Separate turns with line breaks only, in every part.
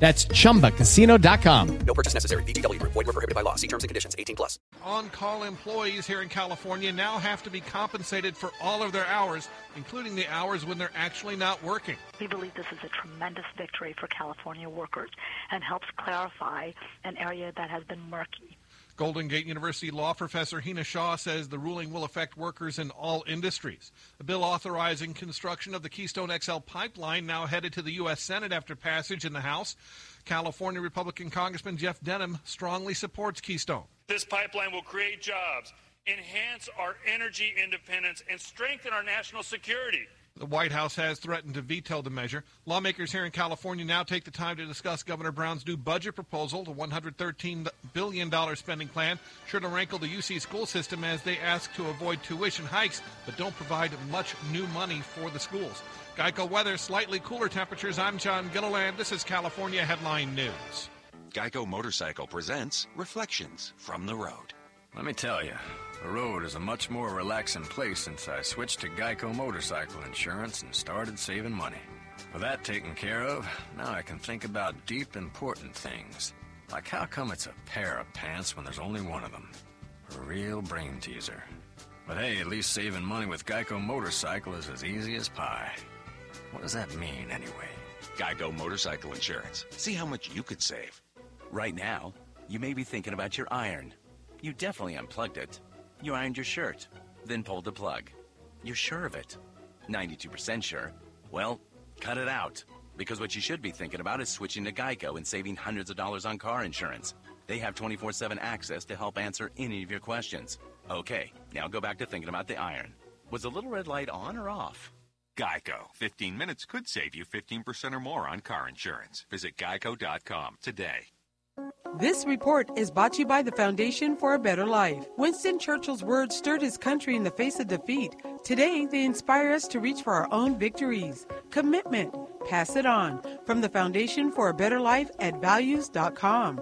That's chumbacasino.com.
No purchase necessary. VGW Group. Void were prohibited by law. See terms and conditions. 18 plus.
On-call employees here in California now have to be compensated for all of their hours, including the hours when they're actually not working.
We believe this is a tremendous victory for California workers and helps clarify an area that has been murky.
Golden Gate University law professor Hina Shaw says the ruling will affect workers in all industries. A bill authorizing construction of the Keystone XL pipeline now headed to the U.S. Senate after passage in the House. California Republican Congressman Jeff Denham strongly supports Keystone.
This pipeline will create jobs, enhance our energy independence, and strengthen our national security.
The White House has threatened to veto the measure. Lawmakers here in California now take the time to discuss Governor Brown's new budget proposal, the $113 billion spending plan, sure to rankle the UC school system as they ask to avoid tuition hikes but don't provide much new money for the schools. Geico weather, slightly cooler temperatures. I'm John Gilliland. This is California Headline News.
Geico Motorcycle presents Reflections from the Road.
Let me tell you, the road is a much more relaxing place since I switched to Geico motorcycle insurance and started saving money. With that taken care of, now I can think about deep, important things. Like how come it's a pair of pants when there's only one of them? A real brain teaser. But hey, at least saving money with Geico motorcycle is as easy as pie. What does that mean, anyway?
Geico Motorcycle Insurance. See how much you could save.
Right now, you may be thinking about your iron. You definitely unplugged it. You ironed your shirt, then pulled the plug. You're sure of it. 92% sure. Well, cut it out. Because what you should be thinking about is switching to Geico and saving hundreds of dollars on car insurance. They have 24 7 access to help answer any of your questions. Okay, now go back to thinking about the iron. Was the little red light on or off?
Geico. 15 minutes could save you 15% or more on car insurance. Visit geico.com today.
This report is brought to you by the Foundation for a Better Life. Winston Churchill's words stirred his country in the face of defeat. Today, they inspire us to reach for our own victories. Commitment. Pass it on. From the Foundation for a Better Life at values.com.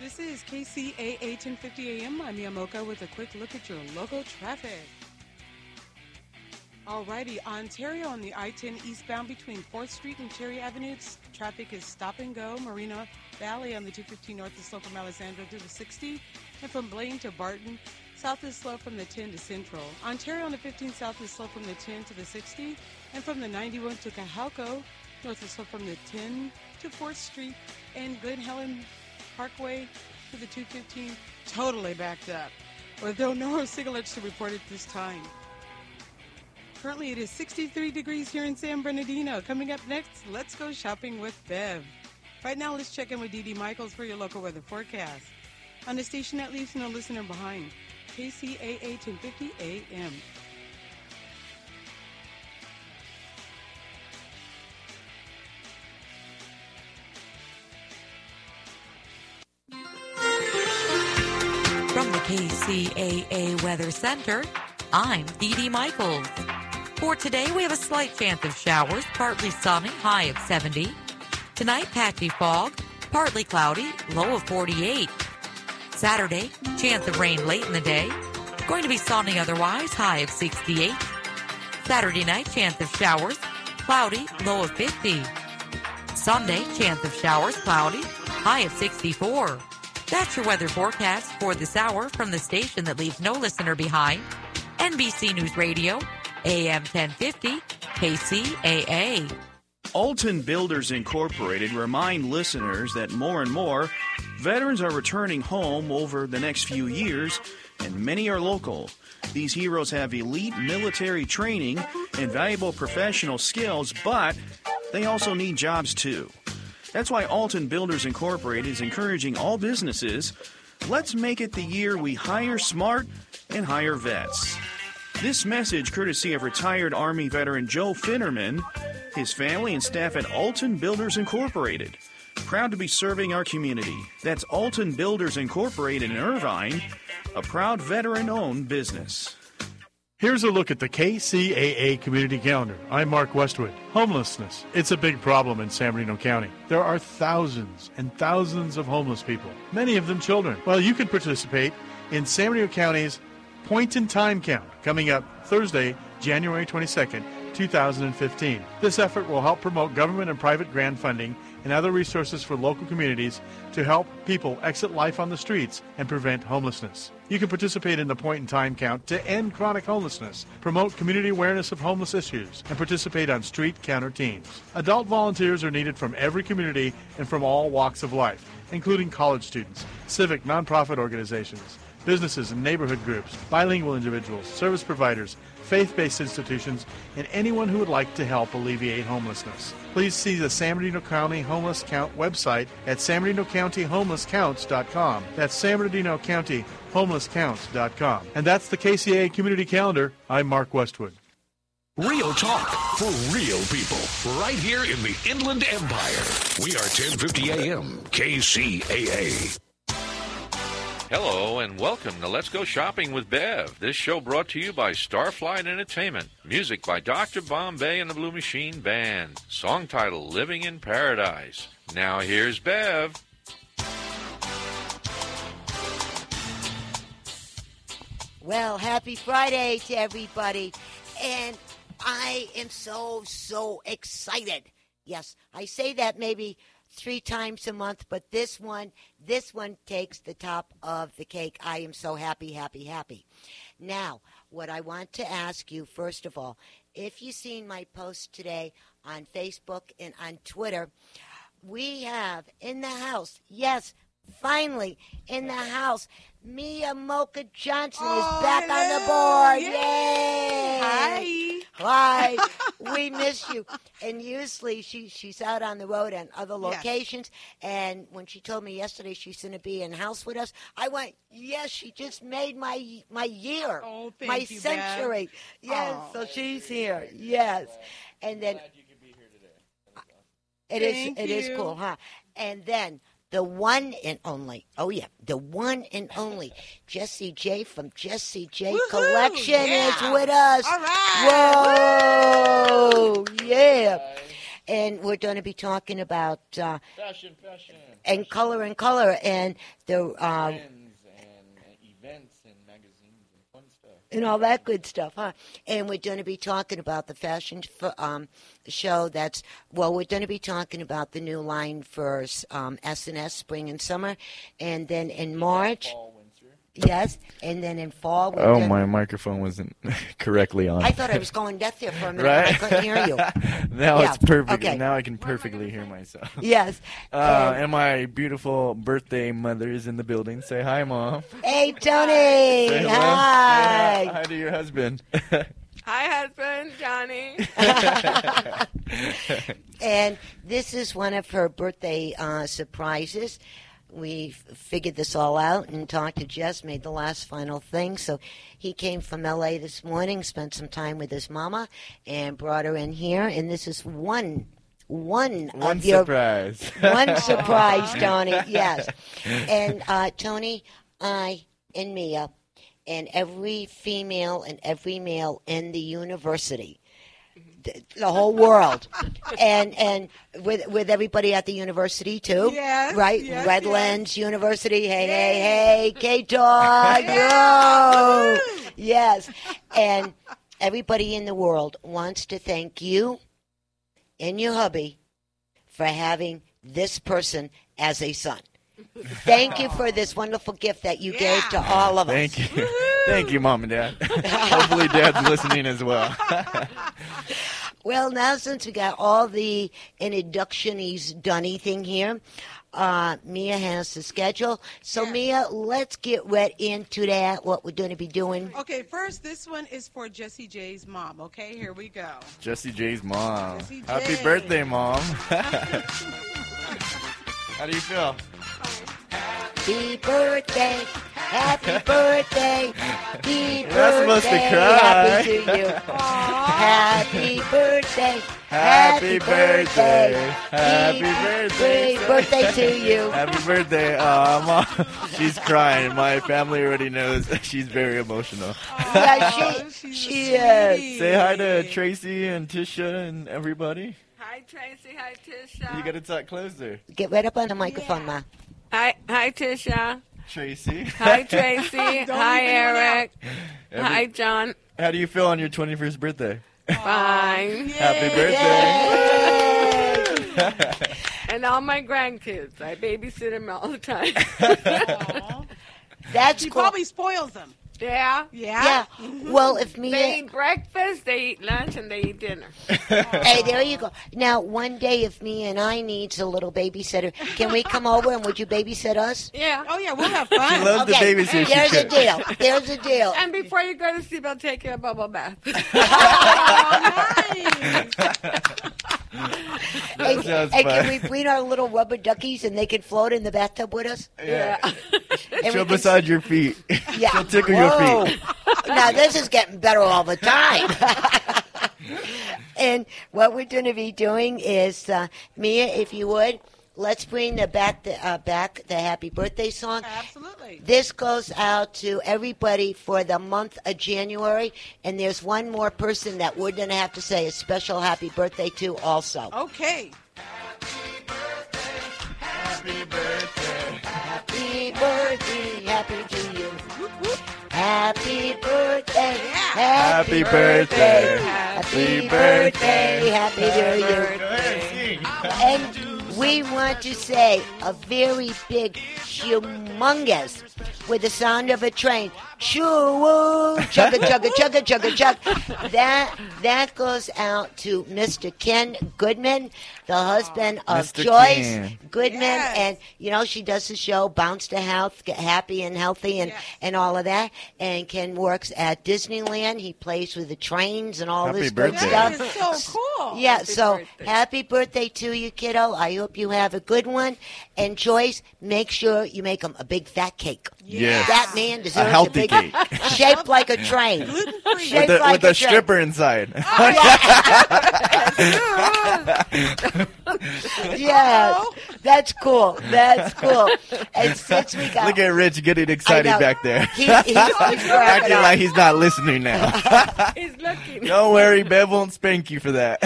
This is KCAA 1050 AM. I'm Yamoka with a quick look at your local traffic. Alrighty, Ontario on the I-10 eastbound between 4th Street and Cherry Avenue, traffic is stop and go. Marina Valley on the 215 north is slow from Alessandro to the 60, and from Blaine to Barton. South is slow from the 10 to Central. Ontario on the 15 south is slow from the 10 to the 60, and from the 91 to Cahalco. North is slow from the 10 to 4th Street, and Glen Helen Parkway to the 215 totally backed up, although no single to report at this time. Currently, it is 63 degrees here in San Bernardino. Coming up next, let's go shopping with Bev. Right now, let's check in with Dee Dee Michaels for your local weather forecast. On the station that leaves no listener behind, KCAA 1050 AM.
From the KCAA Weather Center, I'm Dee Dee Michaels. For today, we have a slight chance of showers, partly sunny, high of 70. Tonight, patchy fog, partly cloudy, low of 48. Saturday, chance of rain late in the day, going to be sunny otherwise, high of 68. Saturday night, chance of showers, cloudy, low of 50. Sunday, chance of showers, cloudy, high of 64. That's your weather forecast for this hour from the station that leaves no listener behind. NBC News Radio, AM 1050, KCAA.
Alton Builders Incorporated remind listeners that more and more veterans are returning home over the next few years, and many are local. These heroes have elite military training and valuable professional skills, but they also need jobs too. That's why Alton Builders Incorporated is encouraging all businesses let's make it the year we hire smart and hire vets. This message, courtesy of retired Army veteran Joe Finnerman, his family, and staff at Alton Builders Incorporated. Proud to be serving our community. That's Alton Builders Incorporated in Irvine, a proud veteran owned business.
Here's a look at the KCAA community calendar. I'm Mark Westwood. Homelessness. It's a big problem in San Marino County. There are thousands and thousands of homeless people, many of them children. Well, you can participate in San Marino County's Point in Time Count coming up Thursday, January 22nd, 2015. This effort will help promote government and private grant funding and other resources for local communities to help people exit life on the streets and prevent homelessness. You can participate in the point in time count to end chronic homelessness, promote community awareness of homeless issues, and participate on street counter teams. Adult volunteers are needed from every community and from all walks of life, including college students, civic nonprofit organizations, businesses and neighborhood groups, bilingual individuals, service providers, faith based institutions, and anyone who would like to help alleviate homelessness. Please see the San Bernardino County Homeless Count website at sanbernardinocountyhomelesscounts.com. That's San Bernardino County homelesscounts.com. And that's the KCAA Community Calendar. I'm Mark Westwood.
Real talk for real people, right here in the Inland Empire. We are 1050 AM, KCAA.
Hello and welcome to Let's Go Shopping with Bev. This show brought to you by Starflight Entertainment. Music by Dr. Bombay and the Blue Machine Band. Song title Living in Paradise. Now here's Bev.
Well, happy Friday to everybody. And I am so, so excited. Yes, I say that maybe three times a month, but this one, this one takes the top of the cake. I am so happy, happy, happy. Now, what I want to ask you, first of all, if you've seen my post today on Facebook and on Twitter, we have in the house, yes, finally in the house, Mia Mocha Johnson is back on the board. Yay! Hi. Hi. we miss you. And usually she, she's out on the road and other locations. And when she told me yesterday she's going to be in house with us, I went, yes, she just made my my year, oh,
thank
my
you, Bev.
century. Yes,
Aw.
so she's here. Yes. And then it is.
Thank
It is
you.
cool, huh? And then the one and only. Oh yeah, the one and only Jesse J from Jesse J Collection is
yeah.
with us.
All
right. Whoa. Yeah. And we're going to be talking about uh,
Fashion, fashion.
and color and color and the uh,
Events and magazines and fun stuff.
and all that good stuff, huh? And we're going to be talking about the fashion f- um, show. That's well, we're going to be talking about the new line for um, S spring and summer, and then in March, yes, and then in fall. we're
Oh,
gonna-
my microphone wasn't correctly on.
I thought I was going deaf there for a minute. I
right?
couldn't hear you.
now
Yeah,
it's perfect.
Okay.
Now I can perfectly hear myself.
Yes, Um,
Uh,
and-
and my beautiful birthday mother is in the building. Say hi, mom.
Hey, Tony.
Say hello.
Hi.
Say hi to your husband.
Hi, husband, Johnny.
and this is one of her birthday uh, surprises. We f- figured this all out and talked to Jess, made the last final thing. So he came from LA this morning, spent some time with his mama, and brought her in here. And this is one. One,
One
of your
surprise.
one surprise, Tony. Yes, and uh, Tony, I, and Mia, and every female and every male in the university th- the whole world, and and with with everybody at the university too.
Yes,
right.
yes,
Redlands University. Hey, hey, hey, K Dog. Yo. Yes, and everybody in the world wants to thank you and your hubby for having this person as a son. Thank you for this wonderful gift that you gave to all of us.
Thank you. Thank you, Mom and Dad. Hopefully, Dad's listening as well.
Well, now since we got all the introductionies done anything here, uh, Mia has the schedule. So, Mia, let's get right into that, what we're going to be doing.
Okay, first, this one is for Jesse J's mom. Okay, here we go.
Jesse J's mom.
Jesse
Happy
J.
birthday, Mom. How do you feel?
Happy birthday. Happy birthday. Happy
You're not supposed to
birthday.
cry.
Happy to you. Happy birthday.
Happy birthday. Happy
birthday. birthday to you.
Happy birthday, uh, Mom. She's crying. My family already knows she's very emotional.
Yeah, she, she is.
Say hi to Tracy and Tisha and everybody.
Hi, Tracy. Hi, Tisha.
You gotta talk closer.
Get right up on the microphone, Ma.
Hi, hi, Tisha.
Tracy.
Hi, Tracy. hi,
leave anyone
Eric.
Every-
Hi, John.
How do you feel on your 21st birthday?
Fine.
Happy birthday.
And all my grandkids. I babysit them all the time.
That's
she probably spoils them.
Yeah.
Yeah?
Yeah. Well, if me-
They eat breakfast, they eat lunch, and they eat dinner.
Hey, there you go. Now, one day, if me and I needs a little babysitter, can we come over and would you babysit us?
Yeah.
Oh, yeah, we'll have
She loves the Okay, babysitter she there's a could. deal. There's a deal.
And before you go to sleep, I'll take you a bubble bath.
Hey,
sounds
hey, can
fun.
we bring our little rubber duckies and they can float in the bathtub with us?
Yeah.
And we
She'll
can-
beside your feet.
Yeah.
She'll tickle
Whoa.
your feet.
now this is getting better all the time. and what we're going to be doing is, uh, Mia, if you would, let's bring the back the uh, back the happy birthday song.
Absolutely.
This goes out to everybody for the month of January, and there's one more person that we're going to have to say a special happy birthday to, also.
Okay.
Happy birthday, happy to you. Happy birthday, happy
Happy birthday. Happy
birthday,
birthday.
happy to you. And we want to say a very big, humongous, with the sound of a train, choo chugga chugga chugga chugga chug. That that goes out to Mr. Ken Goodman, the husband of
Mr.
Joyce.
Ken.
Goodman, and you know she does the show Bounce to Health, Get Happy and Healthy, and and all of that. And Ken works at Disneyland. He plays with the trains and all
Happy
this
birthday.
good
That
stuff.
is so cool. Oh,
Yeah,
Happy
so
birthday.
happy birthday to you, kiddo. I hope you have a good one. And Joyce, make sure you make him a big fat cake.
Yes.
That man deserves
A healthy
big
cake.
shaped like a train.
With
Shaped
the,
like
with the
a Oh, train.
stripper inside.
Yes, that's cool. That's cool. And since we got
Look at Rich getting excited
know.
back there.
He- he's- he's cracking
acting
up.
like he's not listening now.
He's looking.
Don't worry, Bev won't spank you for that.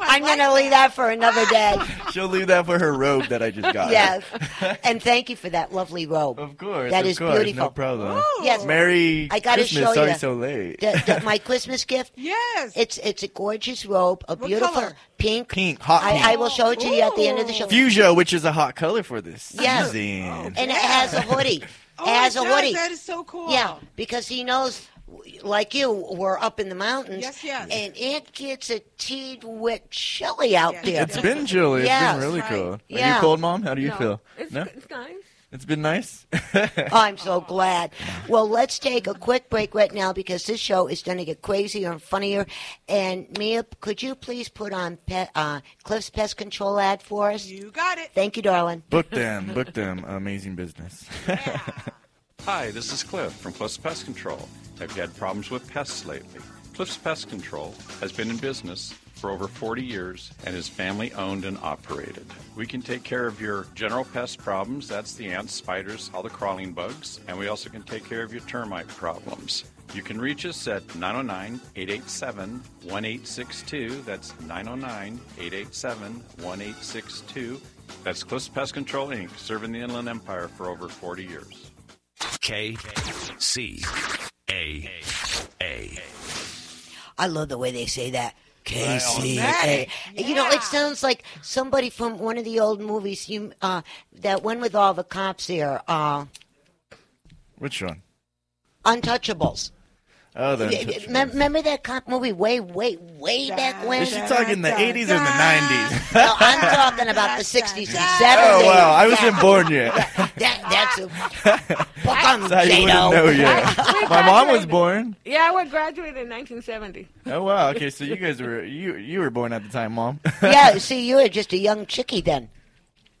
I'm going to leave that for another day.
She'll leave that for her robe that I just got.
yes. And thank you for that lovely robe.
Of course.
That
of
is
course,
beautiful.
No problem.
Oh.
Yes.
Merry
I gotta
Christmas.
show
Sorry
you.
so late.
The- the- my Christmas gift.
Yes.
It's it's a gorgeous robe, a beautiful
color?
pink.
Pink, hot pink.
I, I will show it to you at the end of the show.
Fuchsia, which is a hot color for this
Yes. Oh,
season.
And it has a hoodie.
Oh,
it has
it
a
does.
hoodie.
That is so cool.
Yeah, because he knows, like you, we're up in the mountains.
Yes, yes.
And it gets a teed wet chilly out there.
It's been chilly. It's
Yes.
been really cold. Are
Yeah.
you cold, Mom? How do you
No.
feel?
It's,
no?
it's nice.
It's been nice?
I'm so glad. Well, let's take a quick break right now because this show is going to get crazier and funnier. And Mia, could you please put on pe- uh, Cliff's Pest Control ad for us? You
got it.
Thank you, darling.
book them. Book them. Amazing business.
Hi, this is Cliff from Cliff's Pest Control. Have you had problems with pests lately? Cliff's Pest Control has been in business for over 40 years and is family owned and operated. We can take care of your general pest problems that's the ants, spiders, all the crawling bugs, and we also can take care of your termite problems. You can reach us at 909 887 1862. That's 909 887 1862. That's Cliff's Pest Control Inc., serving the Inland Empire for over 40 years.
K C A A.
I love the way they say that. KCAA.
Right
You know, it sounds like somebody from one of the old movies. You uh, that one with all the cops here, uh,
Which one?
Untouchables.
Oh, the.
Y- y- mem- Remember that cop movie way, way, way back when?
Is she talking the 80s or the 90s?
No, I'm talking about the 60s and 70s.
Oh, wow. I wasn't born yet.
That, that's
That's how you wouldn't
Jado.
know yet.
We
My mom was
graduated-
born.
Yeah, I was graduated in 1970.
Oh, wow. Okay, so you guys were, you you were born at the time, Mom.
a, yeah, see, you were just a young chickie then.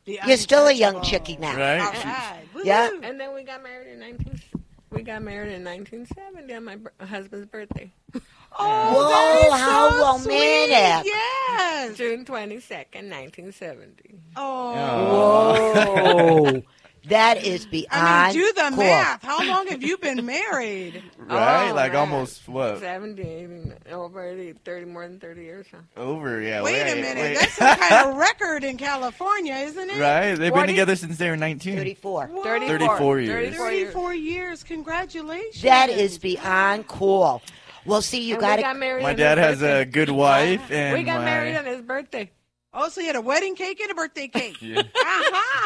You're still a young chickie now. Oh,
Right?
Yeah.
And then we got married in 19. We got married in 1970 on my br- husband's birthday.
Whoa, Oh, that is how so romantic. sweet.
Yes. June 22nd, 1970.
Oh.
Oh.
Whoa. that is beyond
I mean, do the
cool.
math. How long have you been married?
Right?
Oh,
like
man.
almost, what?
70, 80, over 80, 30, more than 30 years. Huh?
Over, yeah.
Wait a
way-
minute,
way-
That's some kind of record in California, isn't it?
Right? They've been together since they were 19.
34.
34, years.
34 years. Congratulations.
That is beyond cool. Well, see, you
And we
got
got married
to.
My dad has a good wife, and
we got
my-
married on his birthday. Oh, so he had a wedding cake and a birthday cake.
Yeah.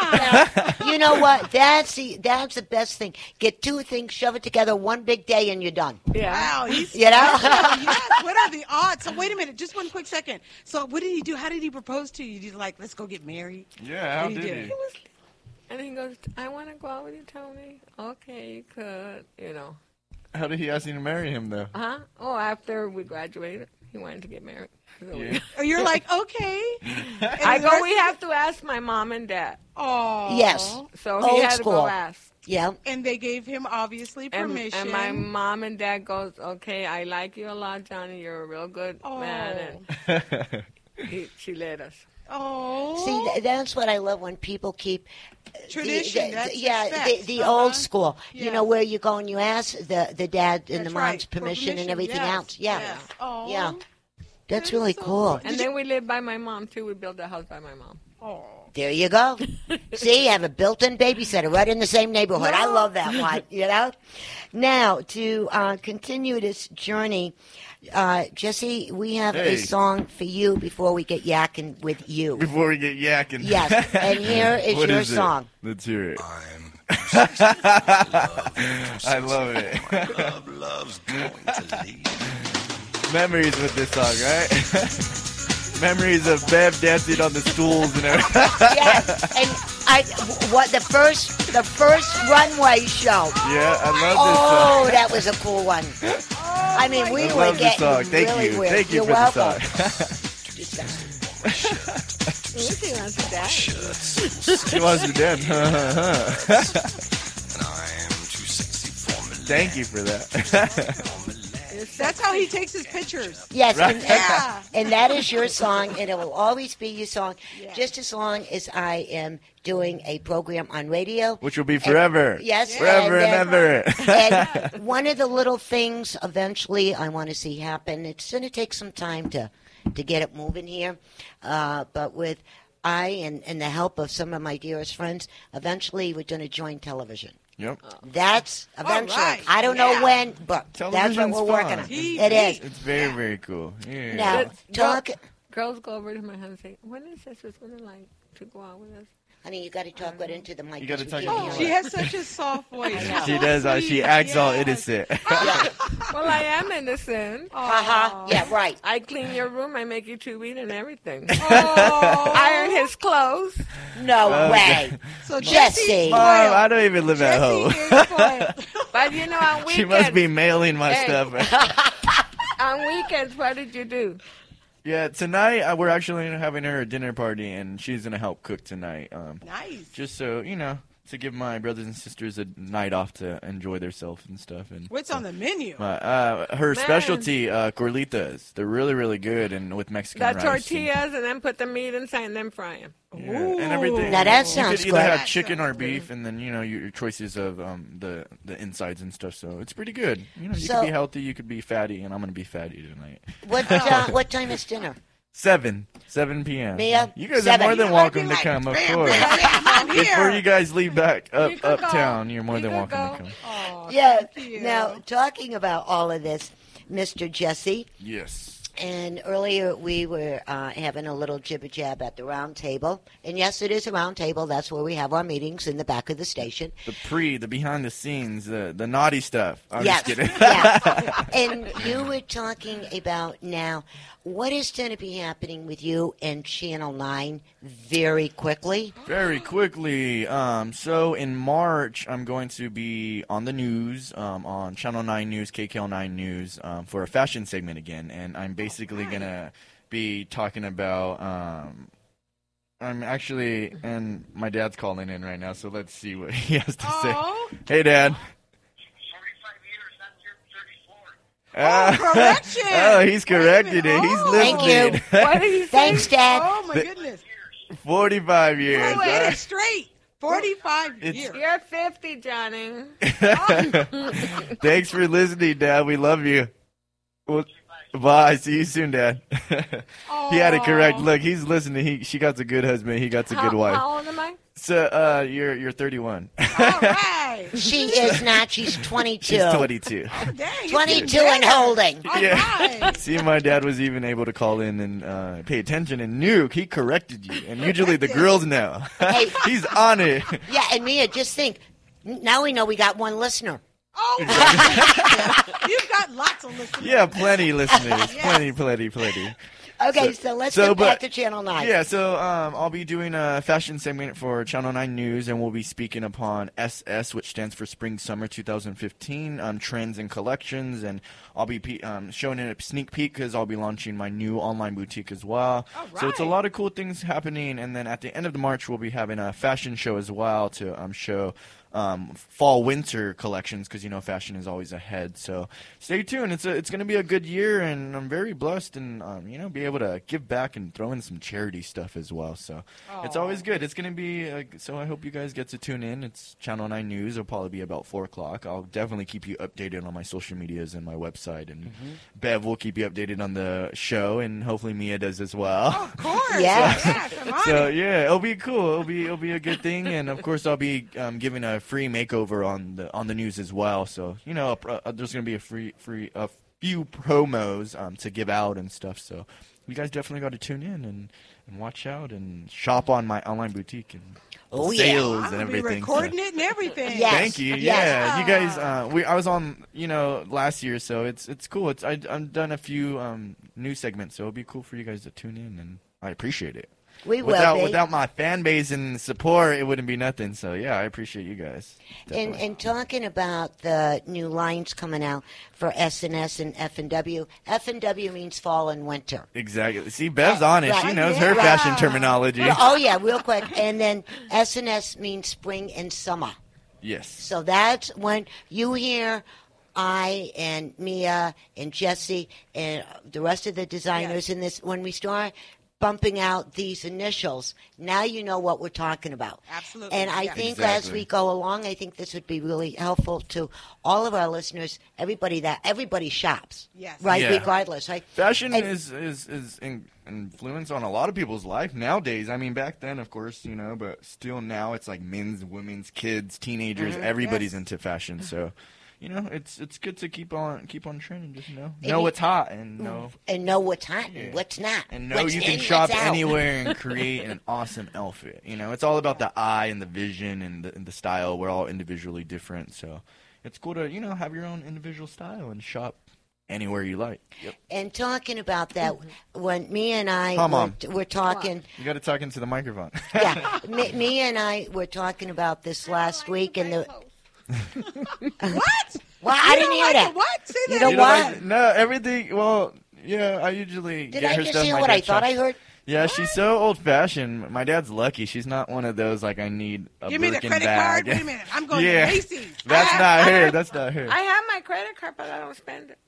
You know what? That's the that's the best thing. Get two things, shove it together, one big day, and you're done.
Yeah.
Wow, he's
You know?
special. yes. What are the odds? So wait a minute, just one quick second. So what did he do? How did he propose to you? Did he like, let's go get married?
Yeah, how
What
did
do?
he?
was- and he goes, I want to go out with you, Tony. Okay, you could, you know.
How did he ask you to marry him, though?
Huh? Oh, after we graduated, he wanted to get married. So we-
Yeah.
Oh, You're like, okay.
I go, we have to ask my mom and dad.
Oh.
Yes.
So
Old
he had to
school.
go ask.
Yeah.
And they gave him obviously
And,
permission.
and my mom and dad goes, okay, I like you a lot, Johnny. You're a real good man. And he, she let us.
Oh.
See, th- that's what I love when people keep uh, the-
Tradition,
The,
that's
yeah, the,
respect.
the
Uh-huh.
old school.
Yeah.
You know where you go and you ask the the dad and the
That's
mom's
right, for
permission,
permission,
and everything
yes,
else. Yeah.
yes.
Oh.
Yeah. That's really cool.
And then we lived by my mom, too. We built a house by my mom.
Oh.
There you go. See, have a built-in babysitter right in the same neighborhood. I love that one. You know. Now to uh, continue this journey, uh, Jesse, we have
Hey.
a song for you before we get yakking with you.
Before we get yakking.
Yes, and here is
What
your
it?
song.
Let's hear it. I love it.
Love, love's going to leave.
Memories with this song, right? Memories of Bev dancing on the stools and everything.
yeah, and I what the first the first runway show.
yeah, I love this song.
Oh, that was a cool one. I mean, we
I
were
love this
getting
song. Thank
really
you.
weird.
Thank
You're
you for
welcome.
the
She
song.
wants to die.
she wants to dance. Thank you for that.
That's how he takes his pictures.
Yes,
Right.
and, uh,
Yeah.
and, and that is your song, and it will always be your song, just as long as I am doing a program on radio.
Which will be forever.
yes,
Forever and,
and then-
ever.
and one of the little things eventually I want to see happen, it's going to take some time to, to get it moving here. Uh, but with I and, and the help of some of my dearest friends, eventually we're going to join television.
yep.
That's eventually.
right.
I don't
Yeah.
know when, but that's what
Television's
we're working on.
fun.
It is.
It's very, very cool. Yeah.
Now,
Let's go-
talk.
Girls go over to my house and say, when is sisters going to like to go out with us?
Honey, you got to talk right into the mic.
You gotta
'cause
talk
we can't
into the
hear
Oh, She
you.
has such a soft voice.
She does. Uh, she acts all innocent.
well, I am innocent.
Uh-huh. Yeah, right.
I clean your room. I make you two eat and everything. Oh, iron his clothes.
No
Oh,
way.
So
Jesse.
Mom, I don't even live at home.
But you know, on weekends,
she must be mailing my
Hey.
stuff.
on weekends, what did you do?
yeah, tonight uh, we're actually having her a dinner party, and she's gonna help cook tonight. Um,
Nice.
Just so you know, to give my brothers and sisters a night off to enjoy themselves and stuff. And
What's on the menu?
my, uh, her
Man.
specialty, uh, gorlitas. They're really, really good, and with Mexican
The
rice. and-
tortillas, and then put the meat inside and then fry them.
Yeah, and everything.
Now that
you
sounds
could either
good.
have chicken or beef, and then you know your choices of um, the the insides and stuff. So it's pretty good. You know, you
So-
could be healthy, you could be fatty, and I'm gonna be fatty tonight.
What, uh, what time is dinner?
Seven, seven p.m.
Mia,
you guys
seven.
are more than
Yeah,
welcome
I'd
to
be
come, of
like, bam,
course.
bam, bam, I'm
Before
here.
you guys leave back up
could go.
uptown, you're more than
could
welcome to
go.
come.
Yeah. Now, talking about all of this, Mr. Jesse,
Yes.
And earlier we were uh, having a little jibber jab at the round table. And yes, it is a round table. That's where we have our meetings in the back of the station.
The pre, the behind the scenes, the, the naughty stuff. I'm
yes.
just kidding.
yeah. And you were talking about now what is going to be happening with you and Channel 9 very quickly.
Very quickly. Um, so in March, I'm going to be on the news, um, on Channel 9 News, KKL9 News, um, for a fashion segment again. And I'm basically going to be talking about. Um, I'm actually, and my dad's calling in right now, so let's see what he has to say. Hey, Dad.
Oh, correction.
oh, he's corrected it. He's
Thank you.
listening.
What did he say? Thanks, Dad. Oh, my
The-
goodness.
45
You
years.
ate
huh?
it straight. 45
It's-
years.
You're 50, Johnny.
Thanks for listening, Dad. We love you. Well, bye. See you soon, Dad. he had it correct. Look, he's listening. He she got a good husband. He got a
How-
good wife.
How old am I?
So uh, you're you're 31.
She is not. She's 22.
She's 22.
22 and holding.
Yeah. See, my dad was even able to call in and uh, pay attention and nuke. He corrected you. And usually the girls now. he's on it.
Yeah, and Mia, just think. n- Now we know we got one listener.
Oh, You've got lots of listeners.
Yeah, plenty listeners. Plenty, plenty, plenty.
Okay, so, let's
so,
get back
but-
to Channel 9.
Yeah, so um, I'll be doing a fashion segment for Channel 9 News, and we'll be speaking upon SS, which stands for Spring Summer 2015, um, trends and collections, and I'll be pe- um, showing it a sneak peek because I'll be launching my new online boutique as well. So it's a lot of cool things happening, and then at the end of the March, we'll be having a fashion show as well to um, show. Um, fall winter collections because you know fashion is always ahead so stay tuned it's a, it's going to be a good year and i'm very blessed and um, you know be able to give back and throw in some charity stuff as well so it's always good it's going to be uh, so i hope you guys get to tune in it's channel 9 news it'll probably be about 4 o'clock i'll definitely keep you updated on my social medias and my website and bev will keep you updated on the show and hopefully mia does as well so yeah, it'll be cool. It'll be it'll be a good thing, and of course I'll be um, giving a free makeover on the on the news as well. So you know, uh, there's gonna be a free free a few promos um, to give out and stuff. So you guys definitely got to tune in and, and watch out and shop on my online boutique and
Oh, yeah. I'm
sales and
gonna be
everything. so-
recording it and everything.
Thank you. Yeah, you guys. Uh, we I was on you know last year, so it's it's cool. It's I I've done a few um, new segments, so it'll be cool for you guys to tune in, and I appreciate it.
We will
without
be.
without my fan base and support, it wouldn't be nothing. So yeah, I appreciate you guys.
And,
Definitely.
and talking about the new lines coming out for SNS and F&W, F&W means fall and winter.
exactly. See, Bev's on it. She
Oh, Right.
knows her
Right.
fashion terminology.
Oh, yeah, real quick. And then SNS means spring and summer.
Yes.
So that's when you hear I and Mia and Jesse and the rest of the designers in this, when we start bumping out these initials, now you know what we're talking about.
Absolutely.
And I
Yeah.
think as
Exactly.
we go along, I think this would be really helpful to all of our listeners, everybody that everybody shops.
Yes.
Right?
Yeah.
Regardless, right?
Fashion
And-
is is is in, influence on a lot of people's life nowadays. I mean, back then, of course, you know, but still now it's like men's, women's, kids, teenagers.
Mhm.
Everybody's
Yes.
into fashion, so you know, it's it's good to keep on keep on trending. Just know
And
know
you-
what's hot and know
and know what's hot and
Yeah.
what's not.
and know
what's
you
in,
can
what's
shop
out.
anywhere and create an awesome outfit. You know, it's all about the eye and the vision and the, and the style. We're all individually different, so it's cool to you know have your own individual style and shop anywhere you like. Yep.
And talking about that, when me and I
Come
were,
on.
were talking,
You got to talk into the microphone.
yeah, me, me and I were talking about this last week, and the
what?
Well,
You
I didn't
don't
hear
like
that.
it? What? Say that
You know
You know,
what?
like- no, everything. Well, yeah, I usually
Did
get
I
her
just
stuff.
hear
my
what I
dad
thought I
shops.
heard?
Yeah, she's so old fashioned. My dad's lucky. She's not one of those like I need a
Give me the
Birkin
credit
bag.
card. Wait a minute, I'm going to
yeah.
Macy's.
That's
I-
not
I-
her. That's not her.
I have my credit card, but I don't spend it.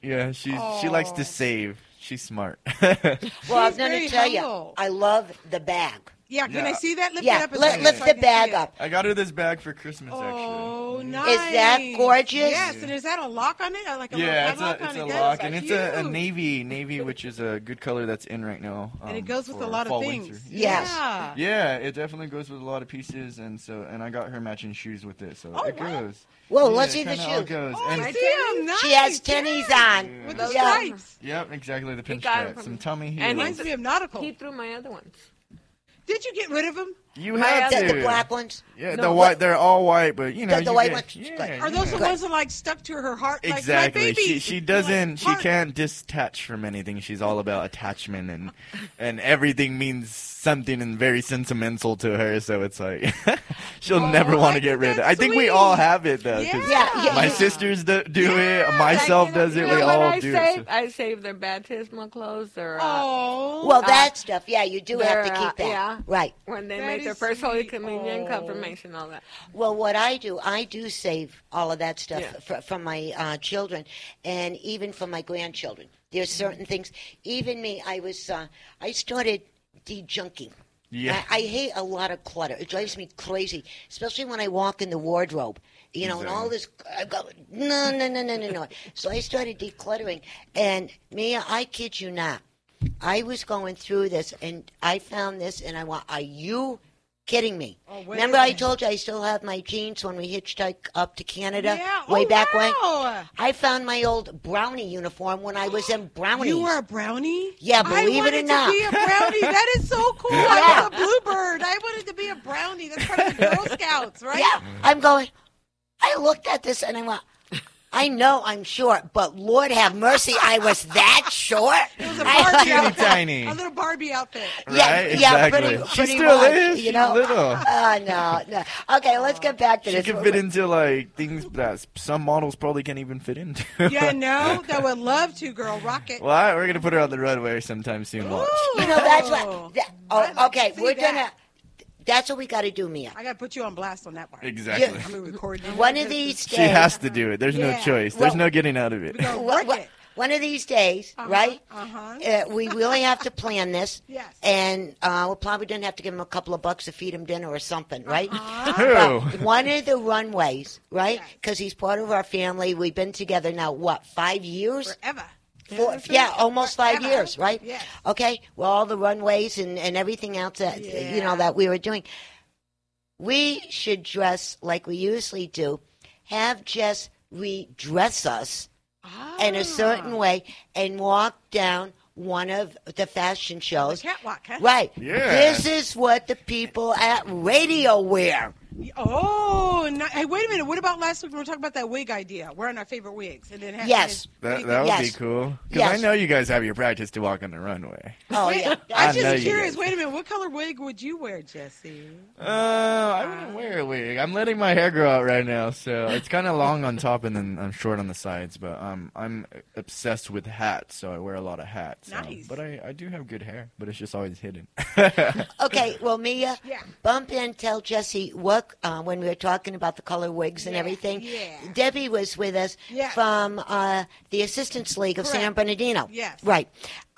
yeah, she's she likes to
Oh.
save. She's smart.
Well, I'm
She's
going
very
to tell
humble.
you, I love the bag.
Yeah, can I
Yeah.
see that? Lift
Yeah,
it up. a
li-
second
lift
so I
the
can see
bag
it.
I got her this bag for Christmas, actually.
Oh, nice.
Is that gorgeous?
Yes, and is that a lock on it? Uh, Like a
yeah,
little
it's a,
padlock
it's
on
a
it? That
lock,
is
and it's a, a
huge.
navy, navy, which is a good color that's in right now.
And
um,
it goes with
for
a lot of
fall,
things.
winter.
Yes.
Yeah.
Yeah.
it definitely goes with a lot of pieces, and so and I got her matching shoes with it, so
Oh,
it
wow.
goes.
Whoa,
yeah,
let's
it
see the
kinda all
shoes.
goes,
Oh,
and-
I
see 'em. Nice.
She has tennies on.
With those
Yeah.
stripes.
Yep, exactly the
He got it
pinstripe,
from-
some tummy here.
And reminds me of nautical.
He threw my other ones.
Did you get rid of them?
You have
the,
to.
the black ones.
Yeah,
No,
the
what-
white. They're all white, but you know
the
you
white
get-
ones.
Yeah,
Are those the
yeah.
ones that like stuck to her heart?
Exactly.
Like my baby.
She she doesn't. She can't detach from anything. She's all about attachment and and everything means something and very sentimental to her. So it's like she'll never want to get rid of it. I think we all have it though. 'cause
Yeah. Yeah,
My
yeah.
sisters do, do it. Myself does it.
You know
we
what
all
I
do
save?
it.
I save their baptismal clothes. Their, uh,
Well,
Oh.
uh,
that stuff. Yeah, you do have to
their,
keep
uh,
that.
yeah.
Right.
When they That make their is first Holy sweet. Communion, Oh. confirmation, all that.
Well, what I do, I do save all of that stuff
Yeah.
fr- from my uh, children and even from my grandchildren. There's certain things. Even me, I was, uh, I started de-junking.
Yeah.
I, I hate a lot of clutter. It drives me crazy, especially when I walk in the wardrobe. You know, and all this. I go, no, no, no, no, no, no. so I started decluttering, and Mia, I kid you not, I was going through this, and I found this, and I want. Are you kidding me?
Oh, wait a
Remember, I
minute.
told you I still have my jeans when we hitchhiked up to Canada
Yeah.
way
Oh,
back when.
wow.
I found my old brownie uniform when I was in brownies.
You were a brownie?
Yeah,
I
believe it
wanted
or not.
to be a brownie. That is so cool. I was a bluebird. I wanted to be a brownie. That's part of the Girl Scouts, right?
Yeah, I'm going. I looked at this and I went, I know I'm short, but Lord have mercy, I was that short.
It was a
I-
Barbie
Teeny
outfit.
tiny.
A little Barbie outfit.
Yeah,
Right,
yeah,
exactly.
pretty,
She
pretty
still
much,
is.
You
She's
know,
little.
Uh, no, no. Okay, let's get back to
She
this.
can fit into like things that some models probably can't even fit into.
Yeah, no, that would love to, girl. Rocket.
Well, I- we're gonna put her on the runway sometime soon. Watch.
You know, that's what. that- oh, okay,
see
we're
that.
gonna. That's what we got to do, Mia.
I got to put you on blast on that part.
Exactly.
I'm going to record you.
One of these days.
She has to do it. There's no
Yeah.
choice. There's
Well-
no getting out of it.
Wha- wha- One of these days,
Uh-huh,
right? Uh, we really have to plan this.
Yes.
And uh, we're probably going to have to give him a couple of bucks to feed him dinner or something, right?
Uh-huh.
Who?
But one of the runways, right? Because he's part of our family. We've been together now, what, five years?
Forever.
Four, yeah, almost five
Forever.
years, right?
Yes.
Okay. Well, all the runways and, and everything else that, you know, that we were doing. We should dress like we usually do. Have Jess redress us in a certain way and walk down one of the fashion shows.
Catwalk, huh?
Right.
Yeah.
This is what the people at radio wear.
Oh, no, hey, wait a minute. What about last week when we were talking about that wig idea? Wearing our favorite wigs. And then have-
Yes.
That, that would
Yes.
be cool. Because I
Yes.
know you guys have your practice to walk on the runway.
Oh, yeah.
I
I'm
know
just
you
curious.
guys.
Wait a minute. What color wig would you wear, Jesse?
Uh, I wouldn't wear a wig. I'm letting my hair grow out right now, so it's kind of long on top and then I'm short on the sides. But um, I'm obsessed with hats, so I wear a lot of hats. um,
Nice.
but I, I do have good hair, but it's just always hidden.
Okay, well, Mia, bump in, tell Jesse what, uh, when we were talking about the color wigs and everything.
yeah.
Debbie was with us from uh, the Assistance League of San
Correct.
Bernardino.
Yes.
Right.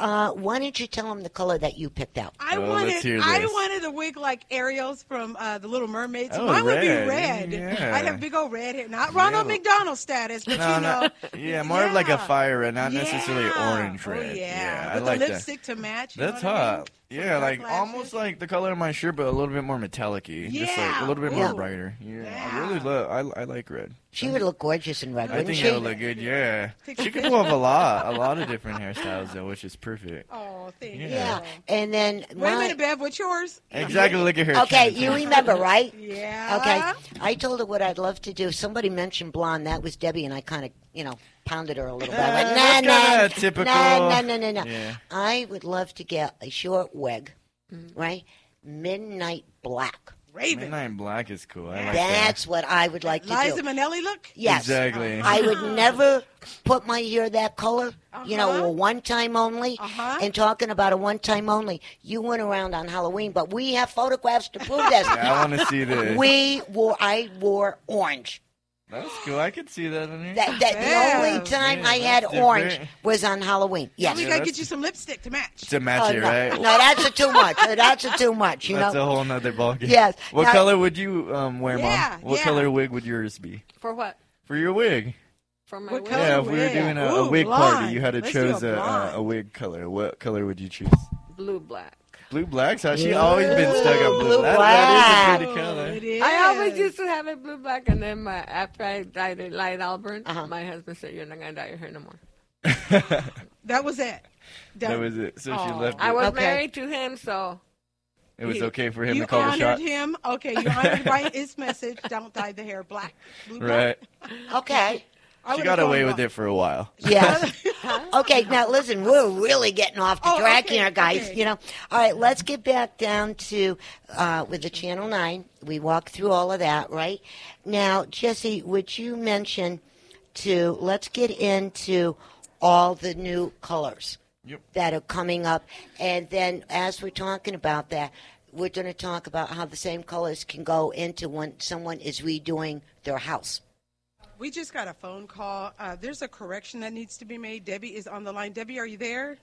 Uh, why don't you tell them the color that you picked out?
I
Oh,
wanted
let's hear
I
this.
wanted a wig like Ariel's from uh, The Little Mermaid. So
Oh,
mine would be
red.
red.
Yeah.
I'd have big old red hair. Not Ronald
Really?
McDonald status, but you know.
not, yeah, more of like a
Yeah.
fire red, not necessarily
Yeah.
orange red.
Oh, yeah.
I
With
like
the
that.
lipstick to match. you know
That's
what I mean?
hot. Yeah, like
lashes.
almost like the color of my shirt, but a little bit more metallic y. Just like a
Yeah.
little bit more
Ooh.
brighter. Yeah. I really love I, I like red.
She would look gorgeous in red,
I
wouldn't
think
she?
it would look good, yeah. She could pull off a lot, a lot of different hairstyles though, which is perfect.
Oh, thank
yeah.
you.
And then
Wait a
my-
minute, Bev. What's yours?
Exactly, look at her.
Okay,
trying to
you
think.
remember, right?
Yeah.
Okay, I told her what I'd love to do. Somebody mentioned blonde. That was Debbie, and I kind of, you know, pounded her a little bit. I
Uh,
went,
that's
nah, nah,
kinda typical.
Nah, nah, nah, nah, nah.
Yeah.
I would love to get a short wig, right? Midnight black.
Raven.
Midnight black is cool. I like that.
That's what I would like to
Liza
do.
Minnelli look?
Yes.
Exactly.
I would never put my hair that color, you know, a one time only. And talking about a one time only, you went around on Halloween, but we have photographs to prove this.
Yeah, I want to see this.
We wore, I wore orange.
That's cool. I could see that in here.
That, that the only time I had
Different.
orange was on Halloween. Yes.
We gotta Yeah, get
you some lipstick to match.
To match it,
Oh, no.
right?
No, that's a too much. Uh, That's a too much. You
That's
know.
a whole nother ballgame.
Yes.
What
Now-
color would you um, wear,
Yeah,
Mom? What
yeah.
color wig would yours be?
For what?
For your wig.
For my What wig?
yeah, if we were doing a, a
Ooh,
wig
blonde.
party, you had to
Let's do
choose a, uh,
blonde.
a wig color. What color would you choose?
blue black.
Blue blacks? How she always been stuck on blue.
Blue
that, that
black.
is a pretty color.
I always used to have it blue black, and then my after I dyed it light auburn,
Uh-huh.
my husband said, "You're not gonna dye your hair no more."
That Oh. was it.
That was it. So she
Aw.
left.
I
it.
was married to him, so
It was
he-
okay for him
you
to call the
honored
shot.
him. Okay, you honored by his message. Don't dye the hair black. Blue Oh,
Right.
black.
Okay.
She got away with it for a while.
Yeah. okay, now listen, we're really getting off the
Oh,
track
okay,
here, guys.
okay.
You know, all right, let's get back down to uh, with the Channel Nine. We walked through all of that, right? Now, Jesse, would you mention to let's get into all the new colors
Yep.
that are coming up, and then as we're talking about that. We're going to talk about how the same colors can go into when someone is redoing their house.
We just got a phone call. Uh, there's a correction that needs to be made. Debbie is on the line. Debbie, are you there?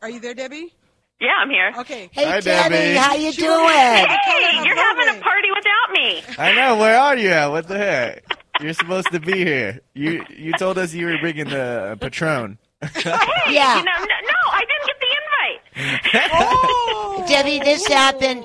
Are you there, Debbie?
Yeah, I'm here.
Okay.
Hey, Hi, Debbie. Debbie. How you
She
doing?
wanted
Hey,
to know the color of
you're
her
having
wig.
a party without me.
I know. Where are you at? What the heck? You're supposed to be here. You you told us you were bringing the uh, patron.
Hey,
Yeah.
you know, no, no, I didn't get the invite.
Debbie, this happened.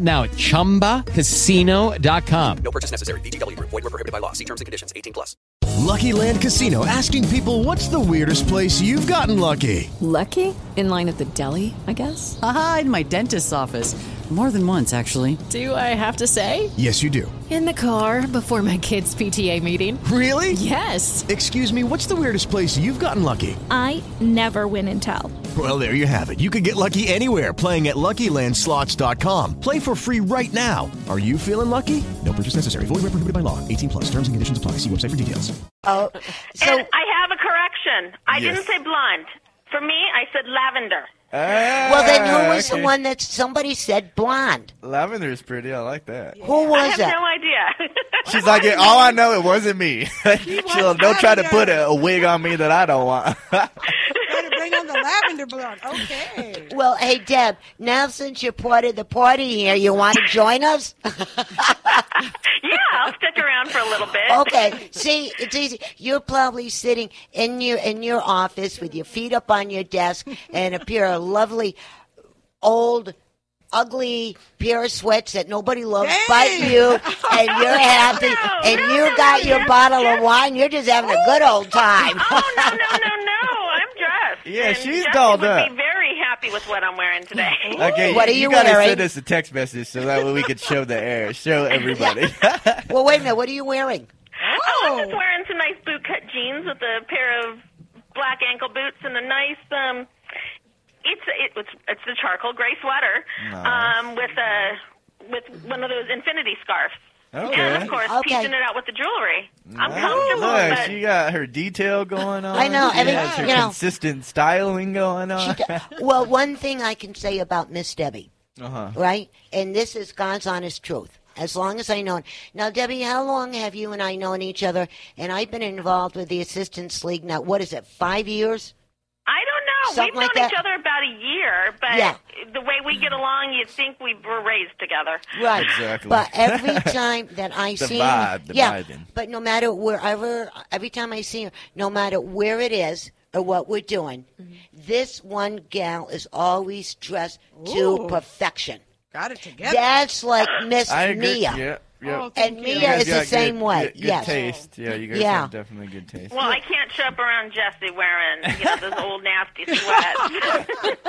now at chumbacasino.com.
No purchase necessary. VGW Group. Void where prohibited by law. See terms and conditions. 18 plus.
Lucky Land Casino asking people what's the weirdest place you've gotten lucky?
Lucky? In line at the deli, I guess?
Haha, in my dentist's office. More than once, actually.
Do I have to say?
Yes, you do.
In the car before my kids' PTA meeting.
Really?
Yes.
Excuse me, what's the weirdest place you've gotten lucky?
I never win and tell.
Well, there you have it. You can get lucky anywhere playing at LuckyLandSlots.com. Play for free right now. Are you feeling lucky? No purchase necessary. Void where prohibited by law. 18 plus. Terms and conditions apply. See website for details.
Oh, so
and I have a correction. I
Yes.
didn't say blonde. For me, I said lavender.
well, then who was
okay.
the one that somebody said blonde?
Lavender is pretty. I like that.
Who
I
was
have
it?
no idea.
She's like, "Yeah, all I know, it wasn't me. She'll, don't try to put a, a wig on me that I don't want.
Better bring on the lavender blonde. Okay.
Well, hey, Deb, now since you're part of the party here, you want to join us?
yeah, I'll stick around for a little bit.
okay. See, it's easy. You're probably sitting in your in your office with your feet up on your desk and a pair of lovely old ugly pair of sweats that nobody loves but you and you're happy
Oh,
and you got your bottle of wine you're just having a good old time
No, no, no, no. I'm dressed.
Yeah,
and
she's
Justin
dolled
would
up.
Be very happy with what I'm wearing today.
okay,
What
you,
are you
gotta
wearing?
send us a text message so that way we could show the air, show everybody.
well wait a minute what are you wearing
Oh, I'm just wearing some nice bootcut jeans with a pair of black ankle boots and a nice um. It's it, it's it's the charcoal gray sweater
Nice.
um with a with one of those infinity scarves.
Okay.
And of course,
Okay.
piecing it out with the jewelry. I'm
Nice.
comfortable,
Look,
but
she got her detail going on.
I know,
She
I mean,
has her
you know-
consistent styling going on.
well one thing i can say about miss debbie
uh-huh.
right and this is god's honest truth as long as i know it. now debbie how long have you and i known each other and i've been involved with the assistance league now what is it five years
I don't know.
Something
We've
like
known
that.
each other about a year, but
Yeah.
the way we get along, you'd think we were raised together.
Right.
Exactly.
But every time that I
The
see
vibe, the
yeah,
vibing.
but no matter wherever, every time I see her, no matter where it is or what we're doing, this one gal is always dressed
Ooh.
to perfection.
Got it together.
That's like Miss
I agree.
Mia.
Yeah, Yep.
Oh,
And
thank
Mia
you.
is the
got
same
good-
way.
good- Good
yes.
taste. Yeah, you guys
Yeah.
have definitely good taste.
Well, I can't show up around Jesse wearing you know those old nasty sweats.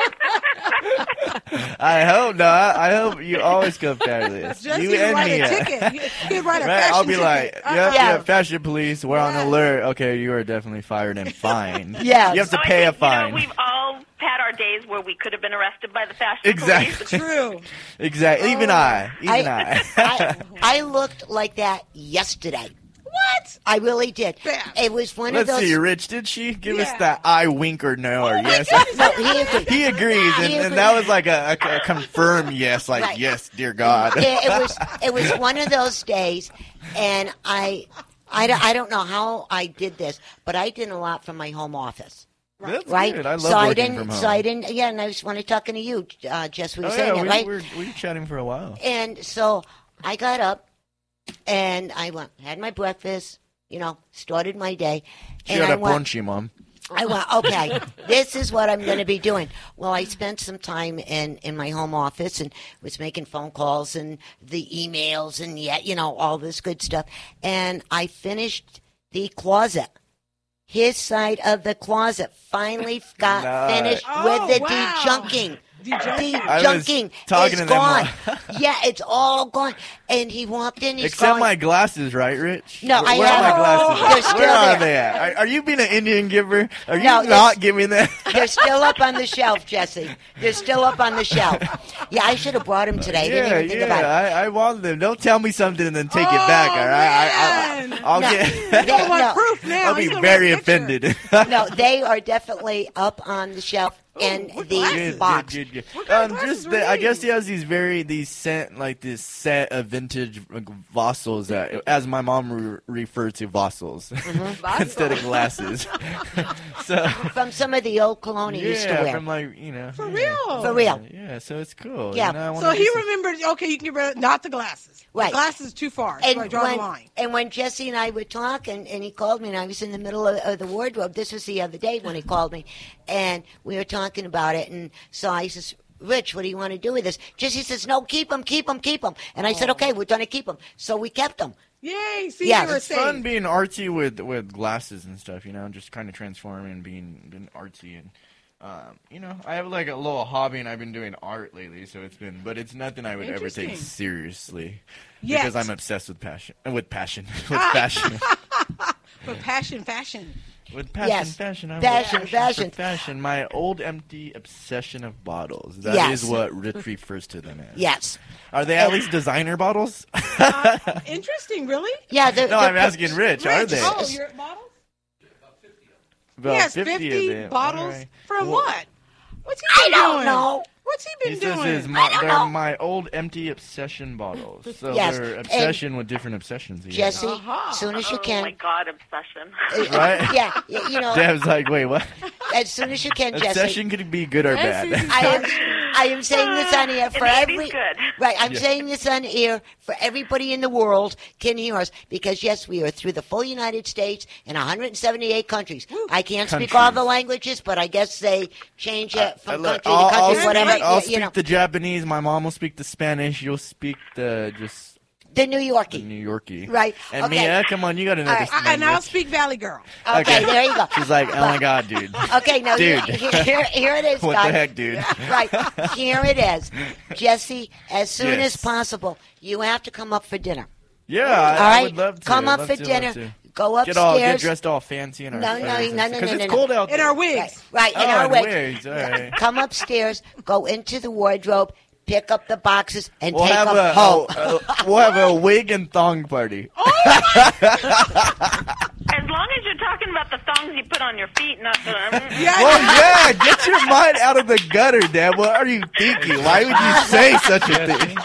I hope not. I hope you always come fabulous.
Jesse
you
would
and
write
Mia.
a ticket. He- He'd write a
Right,
fashion
I'll be
ticket.
like, yep,
Uh-huh.
Uh-uh.
Uh-huh.
yeah, fashion police, we're on alert. Okay, you are definitely fired and fined.
Yes.
You have to
So I
pay a
think, you know,
fine.
we've all had our days where we could have been arrested by the fashion
exactly.
police.
exactly. Even I. Even I.
Oh. I- I looked like that yesterday. What? I really did. It was one
Let's
of those.
see, Rich, did she give us
Yeah.
that I wink or
Oh
no or yes?
No, he agreed.
He agrees, and,
He
and
agreed.
that was like a, a, a confirm yes, like
Right.
yes, dear God.
it, it was it was one of those days, and I, I, don't- I don't know how I did this, but I did a lot from my home office.
That's
right?
good. I love
so I
working
didn't.
from
So I
home.
didn't. Yeah, and I just want to talk to you, uh, Jess. We were
oh,
saying
yeah,
it,
we,
right?
were, we were chatting for a while.
And so I got up and I went, had my breakfast, you know, started my day.
She
and
had
I
a
went,
brunchy mom.
I went, okay, this is what I'm going to be doing. Well, I spent some time in, in my home office and was making phone calls and the emails and, yeah, you know, all this good stuff. And I finished the closet. His side of the closet finally got
Nice.
finished
Oh,
with the
wow.
dejunking.
Dejunking. I was
Dejunking
talking
is
to them
gone.
all-
Yeah, it's all gone. And he walked in. He's
Except
going,
my glasses, right, Rich?
No,
Where,
I
where are my
have-
glasses?
They're
Where
still
are they
there.
at? Are, are you being an Indian giver? Are you
No,
not
it's-
giving that?
They're still up on the shelf, Jesse. They're still up on the shelf. Yeah, I should have brought him today. I
yeah,
didn't even think
yeah,
about it. Oh,
I, I want them. Don't tell me something and then take it back. All right, I, I, I'll
No. They-
get.
no.
I'll be very offended.
no, they are definitely up on the shelf in the
Good,
box.
good, good, good. Um, just the, I guess he has these very these set like this set of vintage like, vassals that, as my mom re- referred to vassals
Mm-hmm.
instead of glasses. so
From some of the old cologne he used to
Yeah,
wear.
from like you know for
real?
For real.
Yeah, so it's cool.
Yeah.
you know, I wanna
So he
do some-
remembered. Okay, you can get rid of not the glasses.
Right.
The glasses too far.
and
so I draw
when,
the line.
And when Jesse and I were talking, and he called me, and I was in the middle of, of the wardrobe. This was the other day when he called me, and we were talking about it. And so I says, Rich, what do you want to do with this? Jesse says, No, keep them, keep them, keep them. And I said, Okay, we're going to keep them. So we kept them.
Yay! See,
Yeah.
you were
It's
safe.
fun being artsy with with glasses and stuff, you know, just kind of transforming and being, being artsy and um, you know, I have like a little hobby and I've been doing art lately, so it's been but it's nothing I would ever take
Interesting.
seriously
Yet.
because I'm obsessed with passion with passion with
Ah.
fashion.
But passion, fashion.
With passion,
Yes.
fashion, I'm
Fashion,
obsessed with
fashion.
fashion. My old empty obsession of bottles. That is
Yes.
what Rich refers to them as.
Yes.
Are they at least designer bottles?
Interesting, really?
Yeah.
No, I'm asking Rich. Are they?
Oh, you're at model?
About
yes,
50
50,
of them.
bottles
Alright.
from
Well-
what? What's he been
I don't
doing?
know.
What's he been
He
doing?
says is my, they're my old empty obsession bottles. So
Yes,
they're
and-
obsession with different obsessions. he has.
Jesse,
Uh-huh.
as soon as you can. Oh, my
God, obsession.
Right?
yeah, y- you know,
Deb's like, wait, what?
as soon as you can, Jesse.
Obsession could be good or bad.
I am, I am saying this on air for every right. I'm
Yeah.
saying this on air for everybody in the world can hear us because yes, we are through the full United States and 178 countries. I can't speak all the languages, but I guess they change it
I
from
look-
country
I'll,
to
I'll
country,
speak,
whatever.
I'll
you, you know,
speak the Japanese. My mom will speak the Spanish. You'll speak the just
the New Yorkie.
the New Yorkie.
Right,
And
okay.
Mia, come on, you got to know
All
this.
right,
And I'll
language.
speak Valley Girl.
Okay, there you go.
She's like, oh my god, dude.
Okay, now
dude.
Here, here, here it is,
what
guys.
the heck, dude?
Right, here it is, Jesse. As soon
Yes.
as possible, you have to come up for dinner.
Yeah, I,
All
I would
right,
love to.
come
I'd
up
love
for
to,
dinner,
love to.
go
Get all get
upstairs.
dressed all fancy in our
No, no, no,
furs
no, no,
and- 'cause
no,
it's
no.
cold out
In our wigs, right?
Oh,
in our
in
wigs.
wigs, all right.
Come upstairs, go into the wardrobe, pick up the boxes, and
We'll
take
have
them
a oh,
home.
a- a- we'll have a wig and thong party.
As long as you're talking about the thongs you put on your feet, not the.
Well, yeah, get your mind out of the gutter, Dad. What are you thinking? Why would you say such a thing?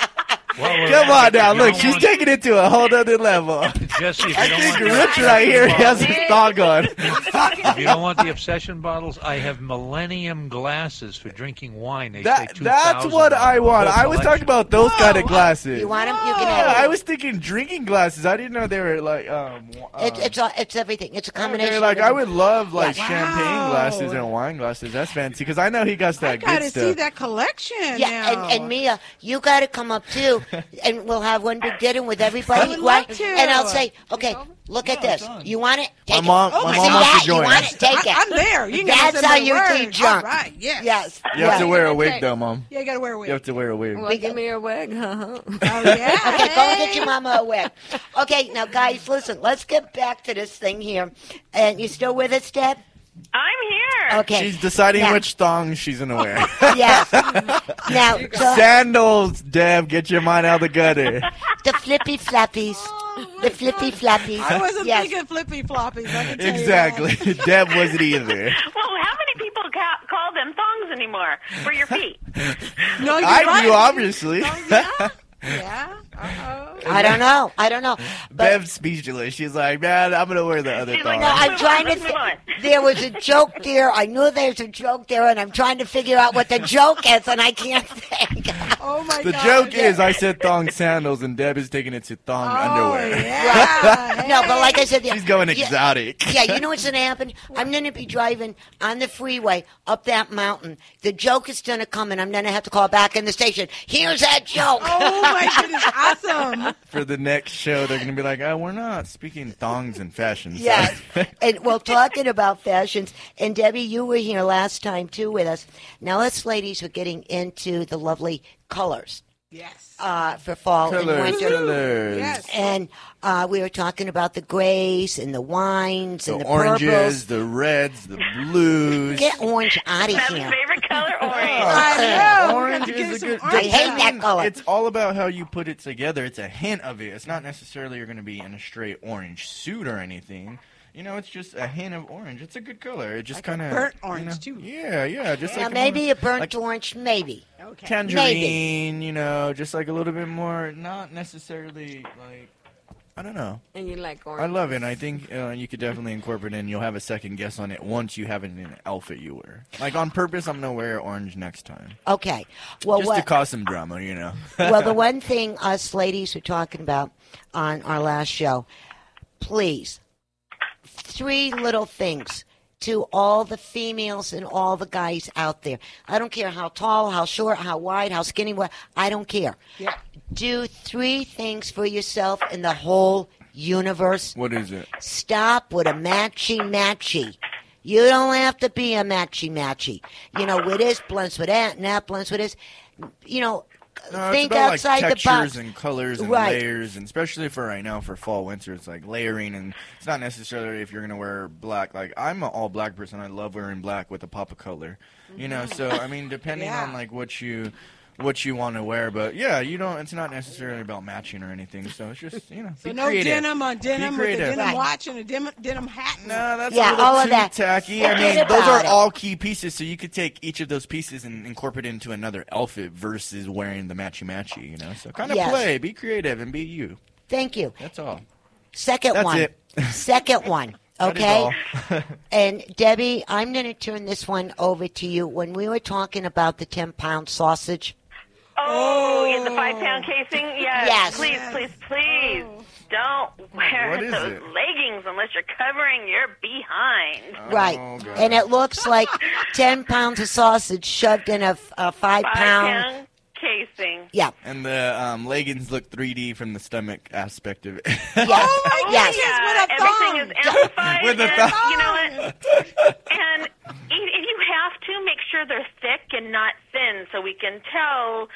Come on now, look, she's taking it to a whole other level.
Jesse, if
I
you don't
think
want
Rich right here he has his dog on.
if you don't want the obsession bottles, I have Millennium glasses for drinking wine. They
That,
say
that's
2,000
what I want.
Whole
I was talking
collection.
about those kind of glasses.
You want 'em? You can
Yeah,
have 'em.
I was thinking drinking glasses. I didn't know they were like um. w- um
It's it's all, it's everything. It's a combination.
okay,
of
Oh, like I
everything.
would love like
Yes.
champagne glasses and wine glasses. That's fancy because I know he got that good stuff.
that collection. Yeah,
now.
And, and Mia, you got to come up too, and we'll have one big dinner with everybody.
I would love
right?
to.
And I'll say, okay, look at this. You want it?
My
Take
mom-
it.
my
See
mom wants
that?
to join.
You want it? Take
I-
it.
I'm there. You can give
That's
them
how
the
you
word.
do junk.
All right, yes.
Yes.
You have to
yes.
wear a wig though, mom.
Yeah, you gotta wear a
You
wig. Oh,
have to wear a wig.
Well, give me your wig, huh?
Okay, go and get your mama a wig. Okay, now guys, listen. Let's get back to this thing here. And you still with us, Deb?
I'm here.
Okay.
She's deciding
Now-
which thong she's gonna wear.
Yes. now so-
Sandals, Deb. Get your mind out of the gutter.
the flippy flappies.
Oh,
the flippy flappies.
I wasn't
yes.
thinking flippy floppies. I can
exactly. Deb wasn't either.
Well, how many people ca- call them thongs anymore for your feet?
No,
I
right.
do obviously.
I don't know. I don't know.
Bev's speechless. She's like, man, I'm gonna wear the other thong.
No, I'm trying to. Th- there was a joke there. I knew there's a joke there, and I'm trying to figure out what the joke is, and I can't think.
Oh my
the joke is, I said thong sandals, and Deb is taking it to thong
Oh,
underwear.
no, but like I said, yeah,
She's going
yeah,
exotic.
Yeah, you know what's going to happen? I'm going to be driving on the freeway up that mountain. The joke is going to come, and I'm going to have to call back in the station. Here's that joke.
Oh my goodness! Awesome.
For the next show, they're gonna be like, oh, we're not speaking thongs and fashion.
Yes. and well, talking about fashions, and Debbie, you were here last time too with us. Now, us ladies are getting into the lovely colors.
Yes.
Uh, for fall and
Colors,
winter.
colors. Yes.
And uh, we were talking about the grays and the wines
The,
and the
oranges,
purples.
the reds, the blues.
Get orange out of here.
favorite color, orange.
I know. Orange is a good.
I hate that color.
It's all about how you put it together. It's a hint of it. It's not necessarily you're going to be in a straight orange suit or anything. You know, it's just a hint of orange. It's a good color. It just kind of
burnt orange,
too. Yeah, yeah. Just
now,
like
maybe
a,
a burnt
like
orange, maybe. Okay. Maybe.
tangerine. You know, just like a little bit more. Not necessarily like I don't know.
And you like orange.
I love it. and I think uh, you could definitely incorporate it, and you'll have a second guess on it once you have it in an outfit you wear. Like on purpose, I'm gonna wear orange next time.
Okay. Well,
just
what?
to cause some drama, you know.
well, the one thing us ladies were talking about on our last show, please, three little things to all the females and all the guys out there. I don't care how tall, how short, how wide, how skinny, what, I don't care.
Yeah.
Do three things for yourself and the whole universe.
What is it?
Stop with a matchy matchy. You don't have to be a matchy matchy. You know, with this blends with that, and that blends with this. You know,
No,
think
it's about,
outside
like,
the
textures
box.
and colors and
Right.
layers, and especially for right now for fall winter, it's like layering, and it's not necessarily if you're gonna wear black. Like I'm an all black person. I love wearing black with a pop of color. You know, so I mean, depending
Yeah.
on like what you what you want to wear, but yeah, you don't. It's not necessarily about matching or anything. So it's just you know,
So
be
no
creative.
denim or
Be
denim with a
creative.
denim Right. watch and a denim, denim hat.
No, that's
Yeah,
a little
all of
too
that.
tacky. I
Forget
mean, those
about
are
it.
all key pieces, so you could take each of those pieces and incorporate it into another outfit versus wearing the matchy matchy. You know, so kind of
Yes.
play, be creative, and be you.
Thank you.
That's all.
Second
That's
one.
it.
Second one.
That is
Okay.
all.
and Debbie, I'm going to turn this one over to you. When we were talking about the 10 pound sausage,
Oh, in the five pound casing? Yes.
Yes. Oh.
Please, please, please. Don't wear
What is
those
it?
leggings unless you're covering your behind.
right?
Oh,
And it looks like 10 pounds of sausage shoved in a, f- a five
Five
pound.
pound casing.
Yeah.
And the um, leggings look 3D from the stomach aspect of it.
Oh,
Yes.
yeah. Everything is amplified.
With a
and,
thong.
You know what? And if if you have to, make sure they're thick and not thin so we can tell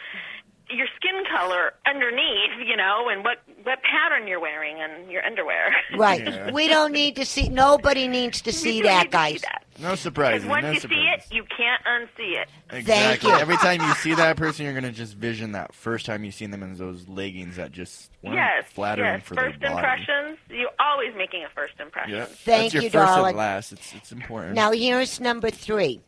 your skin color underneath, you know, and what, what pattern you're wearing and your underwear.
Right. We don't need to see, nobody needs to see that, guys.
no
Because
surprises.
once
no
you see
surprises.
it, you can't unsee it.
Exactly. Every time you see that person, you're gonna just vision that first time you seen them in those leggings that just weren't
Yes.
flattering
yes.
for
first
their body.
impressions. You're always making a first impression.
Yeah.
Thank
That's your
you,
first
darling.
and last. It's it's important.
Now, here's number three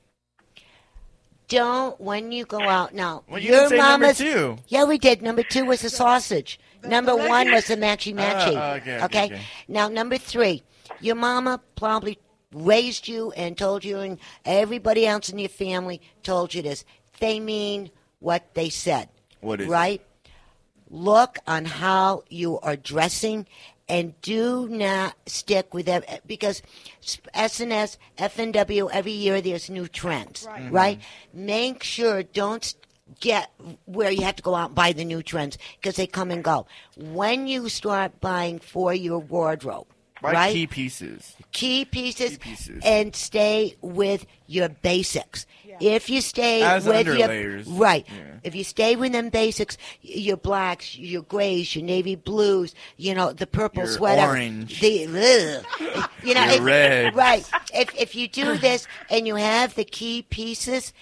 don't when you go out. Now,
Well, you
your
didn't say number
mama's.
two.
Yeah, we did. Number two was the sausage. Number
the
one
leg-
was the matchy matchy.
Ah, okay, okay, okay.
Now, number three, your mama probably raised you and told you, and everybody else in your family told you this. They mean what they said.
What is it?
right? Look on how you are dressing, and do not stick with that because S and S, F and W. Every year there's new trends,
Right. Mhm.
right? Make sure don't s- get where you have to go out and buy the new trends because they come and go. When you start buying for your wardrobe,
Buy
right?
key pieces.
key pieces,
pieces.
and stay with your basics. If you stay
As
with
underlayers.
your right,
Yeah.
if you stay with them basics, y- your blacks, your grays, your navy blues, you know the purple
Your
sweater,
orange.
the ugh, you know
Your
if-
red.
right. If if you do this and you have the key pieces.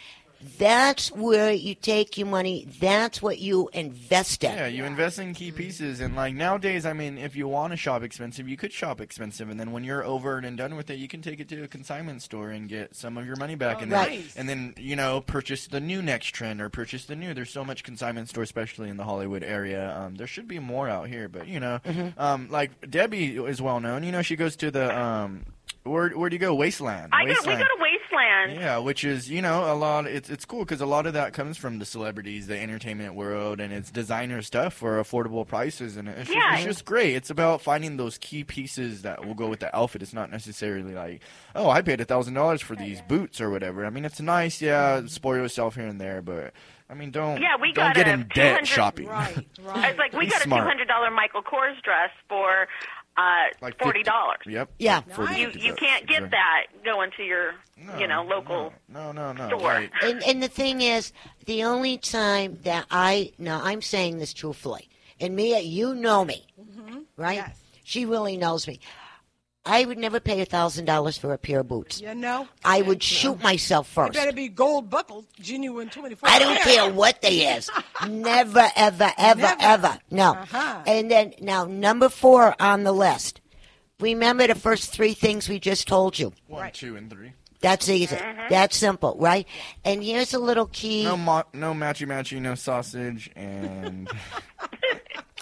That's where you take your money. That's what you invest in. Mm-hmm.
Yeah, you invest in key pieces, and like nowadays, I mean, if you want to shop expensive, you could shop expensive, and then when you're over and done with it, you can take it to a consignment store and get some of your money back,
Oh,
and then
nice.
and then you know purchase the new next trend or purchase the new. There's so much consignment store, especially in the Hollywood area. Um, there should be more out here, but you know,
Mm-hmm.
Mhm.
um, like Debbie is well known. You know, she goes to the um, where where do you go? Wasteland.
I go, we
Wasteland.
go to Wasteland.
Yeah, which is you know a lot. It's it's cool because a lot of that comes from the celebrities, the entertainment world, and it's designer stuff for affordable prices, and it's,
Yeah.
just, it's just great. It's about finding those key pieces that will go with the outfit. It's not necessarily like, oh, I paid a thousand dollars for these boots or whatever. I mean, it's nice, yeah. Spoil yourself here and there, but I mean, don't
Mm-hmm. Yeah, we
don't
got
get
a
in debt
200
shopping.
It's like we
Be
got
smart.
a two hundred dollar Michael Kors dress for uh,
Like 50
forty dollars.
Yep.
Yeah.
Like 40,
You
50
you
bucks.
can't get
Exactly.
that going to your you know local.
No, no, no.
Store.
Oh, right.
And, and the thing is, the only time that I now I'm saying this truthfully, and Mia, you know me,
Mm-hmm.
right? She really knows me. I would never pay a thousand dollars for a pair of boots.
You know?
I would shoot myself
It
first.
better be gold buckled, genuine 24.
I don't care what they is. Never, ever, ever, ever. No. And then now number four on the list. Remember the first three things we just told you.
One, two, and three.
That's easy.
Mhm.
Mm-hmm.
That's simple, right? And here's a little key.
No, mo- no matchy matchy, no sausage, and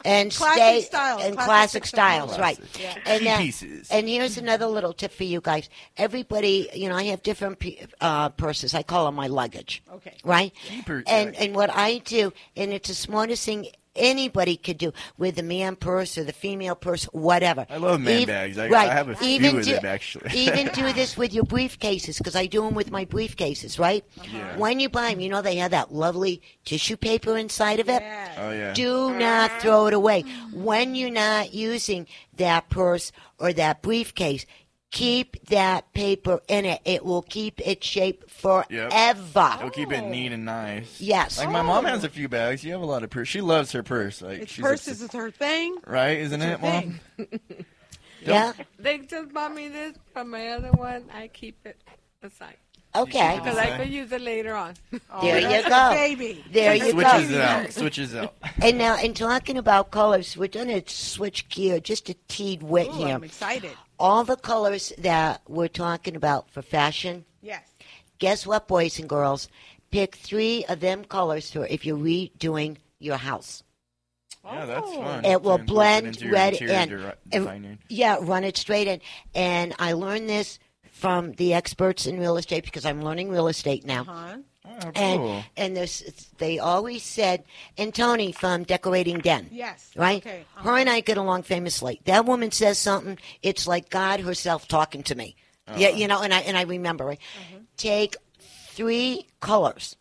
and
Classic
stay
styles,
and
classic
classic, styles,
styles.
right?
Classic. Yeah.
And
Key
now-
pieces.
And here's another little tip for you guys. Everybody, you know, I have different pe- uh, purses. I call them my luggage.
Okay.
Right.
Keeper
And
tag.
and what I do, and it's the smartest thing anybody could do with the man purse or the female purse, whatever.
I love man
Ev-
bags. I-
right.
I have a few
even
of
do-
them, actually.
even do this with your briefcases because I do them with my briefcases, right?
Yeah.
When you buy them, you know they have that lovely tissue paper inside of it.
Oh yeah.
Do not throw it away. When you're not using that purse or that briefcase, keep that paper in it. It will keep its shape forever.
Yep. They'll keep it neat and nice.
Yes.
Like my mom
Oh.
has a few bags. You have a lot of purse. She loves her purse. Like
It's
she's
purses is her thing.
obs- right? Isn't
It's her
it, mom?
Yeah.
They just bought me this from my other one. I keep it aside.
Okay.
Because I could use it later on.
Oh,
There you go. There you go.
Switches it out. Switches it out.
And now, in talking about colors, we're going to switch gear just a teed wit
Ooh,
here.
I'm excited.
All the colors that we're talking about for fashion,
Yes.
guess what, boys and girls? Pick three of them colors for if you're redoing your house.
Oh. Yeah, that's fun.
It will
To incorporate
blend
into your
red
interior
in.
deri-
And-
designer.
yeah, run it straight in. And I learned this from the experts in real estate because I'm learning real estate now.
Oh,
And
cool.
and there's they always said and Tony from Decorating Den.
Yes,
Right?
okay, uh-huh.
Her and I get along famously. That woman says something, it's like God herself talking to me. Yeah,
Uh-huh.
you know, and I and I remember it. Take three colors.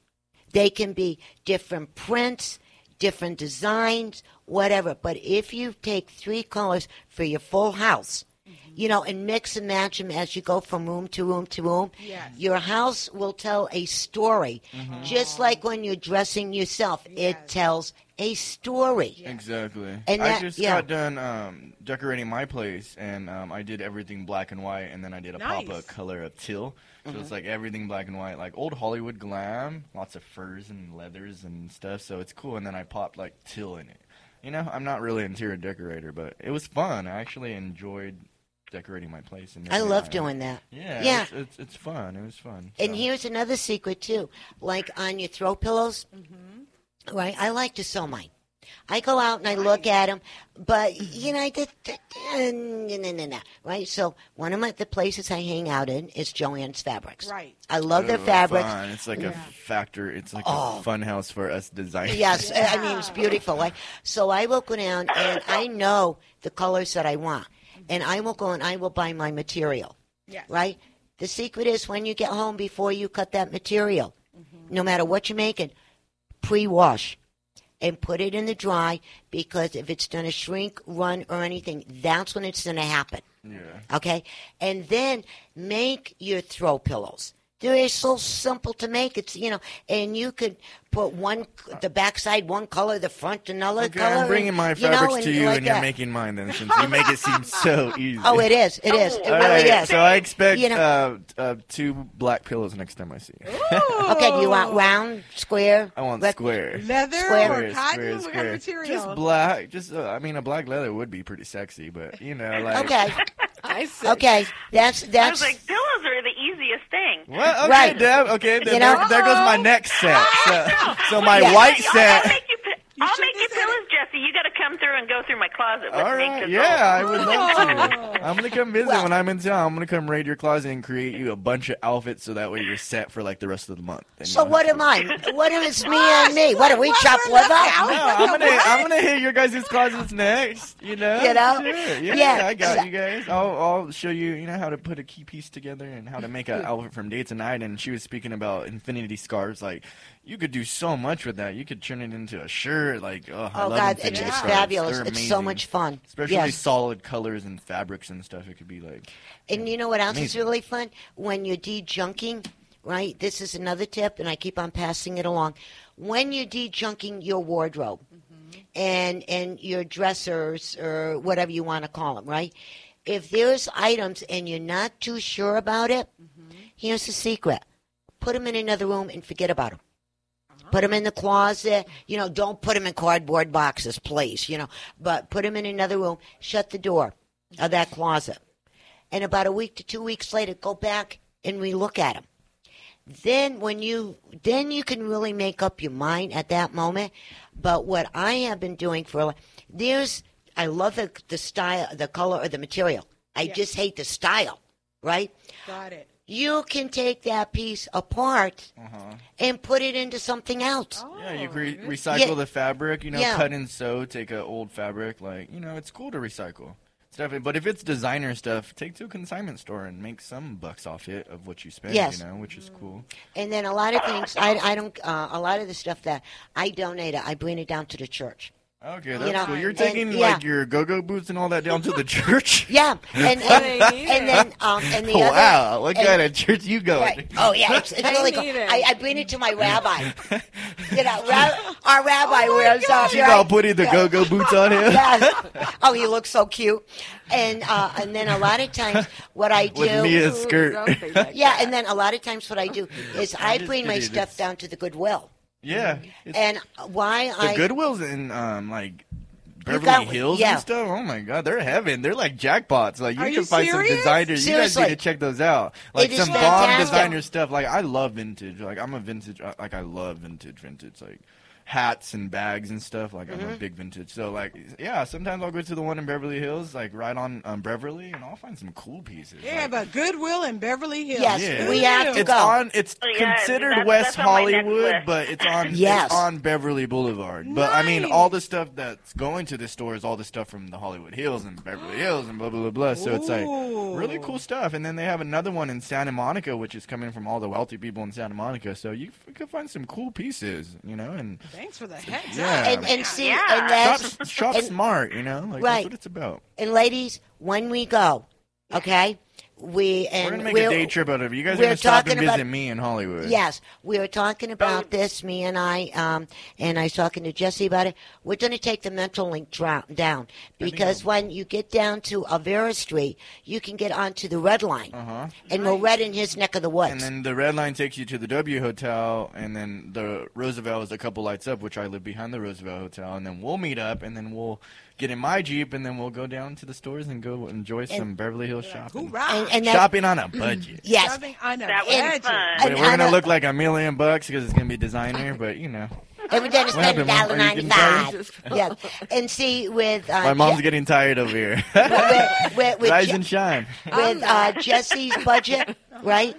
They can be different prints, different designs, whatever. But if you take three colors for your full house,
Mm-hmm.
you know, and mix and match them as you go from room to room to room,
Yes. Mm-hmm.
your house will tell a story. Just like when you're dressing yourself, it tells a story.
Exactly.
And
I
that-
just
yeah.
got done um, decorating my place, and um, I did everything black and white, and then I did a
Nice.
pop up color of teal. So
Mhm.
Mm-hmm.
it's like everything black and white, like old Hollywood glam, lots of furs and leathers and stuff. So it's cool. And then I popped like teal in it. You know, I'm not really an interior decorator, but it was fun. I actually enjoyed decorating my place. And
I
everything.
love doing that.
Yeah,
Yeah.
It's, it's it's fun. It was fun.
And here's another secret too. Like on your throw pillows, right? I like to sew mine. I go out and I look at them, but you know, I just uh, no, no, no, no, right. So one of my, the places I hang out in is Joanne's Fabrics. Right. I love their
Ooh,
fabrics.
fun. It's like a factor. It's like
Oh.
a fun house for us designers.
Yes, I mean it's beautiful. Right? So I will go down and I know the colors that I want, and I will go and I will buy my material.
Yes.
Right. The secret is when you get home before you cut that material, no matter what you're making, pre-wash and put it in the dry because if it's going to shrink, run, or anything, that's when it's going to happen.
Yeah.
Okay? And then make your throw pillows. They're so simple to make. It's, you know, and you could put one, the backside one color, the front another
Okay,
color.
I'm bringing my
and, you know,
fabrics to you,
like
and you're
that.
making mine. Then since you make it seem so easy.
Oh, it is. It is. It
All
really
right,
is.
So I expect
You know-
uh, uh, two black pillows next time I see you.
okay, do you want round, square?
I want
Rec-
square.
Oh. Leather
square,
or cotton?
Square,
What
square.
kind of material?
Just black. Just uh, I mean, a black leather would be pretty sexy, but you know, like
Okay. Okay, that's
I was
that's
like, pillows are the easiest thing.
What? Okay,
Right.
Deb. Okay, then
You
there,
know-
there goes my next set. So, so my
Yeah.
white
I'll
set.
I'll make you pillows, Jesse. You got to come through and go through my closet with
All
me.
right.
'cause
Yeah, I
I'll-
would love to. I'm gonna come visit when I'm in town. I'm gonna come raid your closet and create you a bunch of outfits, so that way you're set for like the rest of the month. And
So
you'll-
what am I? What if it's me and me? What do we chop liver?
No, I'm gonna I'm gonna hit your guys' closets next. You know.
You know?
Sure. Yeah,
Yeah.
I got you guys. I'll I'll show you you know how to put a key piece together and how to make an outfit from day to night. And she was speaking about infinity scarves. Like you could do so much with that. You could turn it into a shirt. Like oh, I
Oh,
love
God,
infinity
it's- it's
scarves.
fabulous.
They're
It's so
amazing.
much fun.
Especially
Yes.
solid colors and fabrics and stuff. It could be like
And you know what else is
Amazing.
really fun? When you're de-junking, right? This is another tip, and I keep on passing it along. When you're de-junking your wardrobe Mm-hmm. and and your dressers or whatever you want to call them, right? If there's items and you're not too sure about it, here's the secret: put them in another room and forget about them. Put them in the closet. You know, don't put them in cardboard boxes, please. You know, but put them in another room. Shut the door of that closet. And about a week to two weeks later, go back and relook at them. Then when you then you can really make up your mind at that moment. But what I have been doing for a li- there's I love the, the style, the color, or the material. I
Yeah.
just hate the style, right?
Got it.
You can take that piece apart
uh-huh.
and put it into something else.
Oh. Yeah, you can re- recycle
Oh, Yeah.
the fabric. You know,
Yeah.
cut and sew. Take an old fabric. Like you know, it's cool to recycle stuff. But if it's designer stuff, take to a consignment store and make some bucks off it of what you spend.
Yes. Mm.
You know, which is cool.
And then a lot of things, I, I don't, uh, a lot of the stuff that I donate, I bring it down to the church.
Okay,
You
that's
know,
cool. You're
and-
taking
yeah.
like your go-go boots and all that down to the church.
Yeah, and and, and then um, and the other
wow, what
and-
kind of church you going?
Right. Oh yeah, it's, it's
I
really cool.
need it.
I, I bring it to my rabbi. you know, ra- our rabbi
Oh
wears. Uh,
She's
very-
all putting the
yeah.
go-go boots on him.
Yes. Oh, he looks so cute. And uh, and then a lot of times what I do
With me a skirt.
yeah, and then a lot of times what I do is I
just
bring my
kidding.
stuff down to the Goodwill.
yeah,
And why
the
I
Goodwills in um like Beverly
got-
Hills
yeah.
and stuff. Oh my god, they're heaven. They're like jackpots. Like you
Are
can
you
find some
serious?
designers. You guys
Seriously.
need to check those out.
It
Like
is
some bomb
fantastic.
designer stuff. Like I love vintage. Like I'm a vintage. uh, Like I love vintage. Vintage like hats and bags and stuff. Like I'm a
Mhm.
big vintage. So like yeah, sometimes I'll go to the one in Beverly Hills, like right on um, Beverly, and I'll find some cool pieces.
Yeah, but Goodwill in Beverly Hills.
Yeah. it's On, it's
Oh,
considered West Hollywood, but it's on
Yes.
it's on Beverly Boulevard. But I mean, all the stuff that's going to the store is all the stuff from the Hollywood Hills and Beverly Hills and blah blah blah. blah. So it's like really cool stuff. And then they have another one in Santa Monica, which is coming from all the wealthy people in Santa Monica. So you f- could find some cool pieces, you know. And
Thanks for the heads
yeah,
And- and see, Yeah. and
shop,
that's-
shop
and-
smart, you know. Like,
Right.
That's what it's about.
And ladies, when we go, okay, we and
We're gonna make
we're,
a day trip out of it. You guys are
we're
gonna stop and
talking
visit
about-
me in Hollywood.
Yes, we were talking about this, me and I, um, and I was talking to Jesse about it. We're going to take the mental link dra- down because when you get down to Avera Street, you can get onto the Red Line,
Uh-huh.
and we're right in his neck of the woods.
And then the red line takes you to the W Hotel, and then the Roosevelt is a couple lights up, which I live behind the Roosevelt Hotel. And then we'll meet up, and then we'll get in my Jeep, and then we'll go down to the stores and go enjoy some Beverly Hills shopping.
And- and that-
Ah. shopping on a budget.
Yes,
That was budget. fun.
But
And uh,
we're
on
gonna
a-
look like a million bucks because it's gonna be designer, but you know.
And we're going to
What
spend a
happened, Mom?
dollar
Are you
ninety
getting
five. Yeah, and see with uh,
My mom's
Je-
getting tired over here.
with, with,
Rise
Je-
and shine.
Um,
with uh, Jesse's budget, right?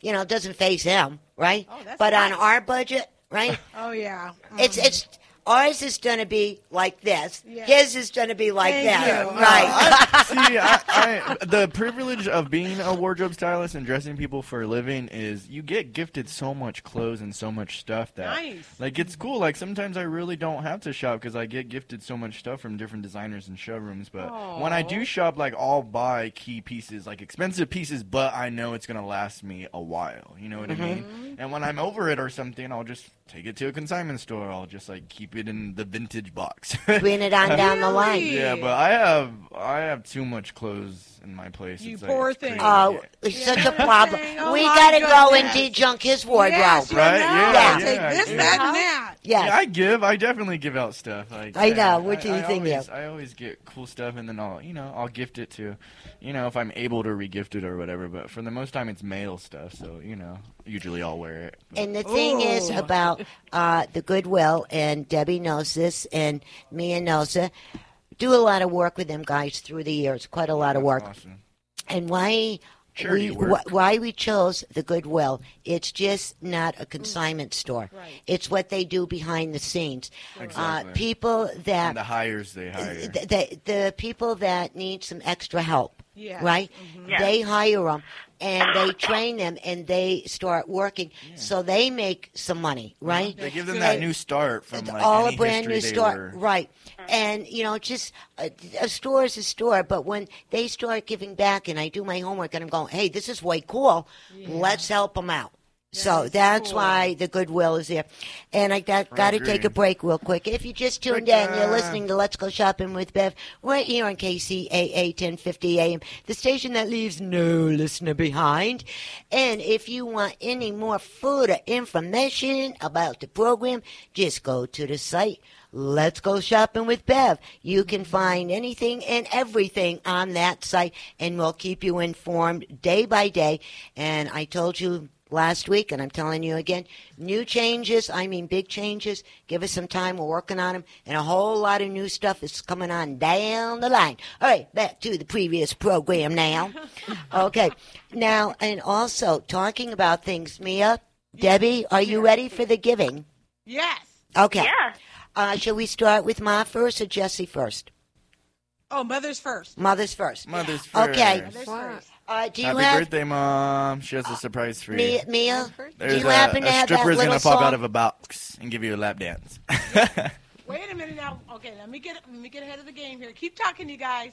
You know, it doesn't face him, right? but on our budget, right?
Oh yeah.
It's it's ours is going to be like this.
Yeah.
His is going to be like
Thank
that,
you. Oh,
right?
See, I, I, the privilege of being a wardrobe stylist and dressing people for a living is you get gifted so much clothes and so much stuff that
Nice.
like it's cool. Like sometimes I really don't have to shop because I get gifted so much stuff from different designers and showrooms. But when I do shop, like I'll buy key pieces, like expensive pieces, but I know it's gonna last me a while. You know what
Mhm.
I mean? And when I'm over it or something, I'll just take it to a consignment store. I'll just like keep it in the vintage box.
Bring it on down the line. Really?
Yeah, but I have I have too much clothes in my place.
You
It's
poor
it's
thing.
crazy.
Oh,
Yeah.
it's such a problem.
Oh,
we
my
got to go and
goodness.
de-junk his wardrobe.
Yes, you're
Right?
not.
Yeah,
Take
yeah,
this,
yeah.
that, and that.
Yes.
Yeah, I give. I definitely give out stuff. Like,
I know.
I-
What do
I-
you
I
think, yeah.
always- I always get cool stuff, and then I'll you know I'll gift it to, you know, if I'm able to regift it or whatever. But for the most time, it's male stuff, so you know, usually I'll wear it.
And the thing is
Ooh.
about uh, the goodwill, and Debbie knows this, and Mia knows it. Do a lot of work with them guys through the years, quite a lot of work. And why
Charity
we,
work.
wh- why we chose the Goodwill? It's just not a consignment store. It's what they do behind the scenes.
Exactly.
Uh, people that
And the hires they hire.
th- the, the people that need some extra help,
Yeah.
right?
Mhm.
Yeah.
They hire them and they train them and they start working, so they make some money, right?
They give them that
And
new start from like
all
any
a brand new
history they
store,
were- Mm.
right? And you know, just a, a store is a store, but when they start giving back, and I do my homework, and I'm going, hey, this is way cool. Let's help them out. So that's why the goodwill is there. And I got got to take a
Agreed.
break real quick. If you just tuned in, you're listening to Let's Go Shopping with Bev right here on KCAA 1050 AM, the station that leaves no listener behind. And if you want any more food or information about the program, just go to the site. Let's go shopping with Bev. You can find anything and everything on that site, and we'll keep you informed day by day. And I told you last week, and I'm telling you again, new changes, I mean big changes. Give us some time. We're working on them, and a whole lot of new stuff is coming on down the line. All right, back to the previous program now. Okay. Now, and also talking about things, Mia, Debbie, are you ready for the giving?
Yes.
Okay.
Yeah.
Uh, shall we start with Ma first or Jesse first?
Oh, mother's first.
Mother's first.
Mother's first.
Okay.
Mother's first.
Uh, do you
Happy
have
birthday, mom! She has a surprise for you.
Mia? Mia uh, do
There's
you
a,
happen
a
to have that
stripper's
little
gonna pop
song?
out of a box and give you a lap dance.
Wait a minute now. Okay, let me get let me get ahead of the game here. Keep talking, you guys.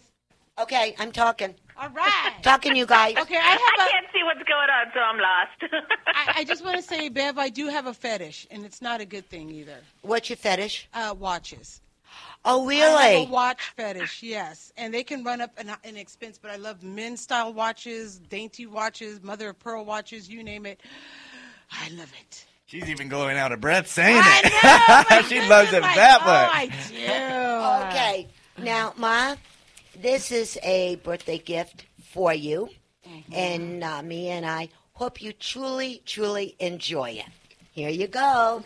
Okay, I'm talking.
All right.
Talking, you guys.
Okay, I have a.
can't see what's going on, so I'm lost.
I, I just want to say, Bev, I do have a fetish, and it's not a good thing either.
What's your fetish?
Uh, watches.
Oh,
I have
really?
a watch fetish, yes, and they can run up in, in expense. But I love men's style watches, dainty watches, mother of pearl watches, you name it. I love it.
She's even going out of breath saying
it.
she loves it
like,
that
oh,
much.
Okay. Now, Ma, this is a birthday gift for you.
Mm-hmm.
And uh, me and I hope you truly, truly enjoy it. Here you go.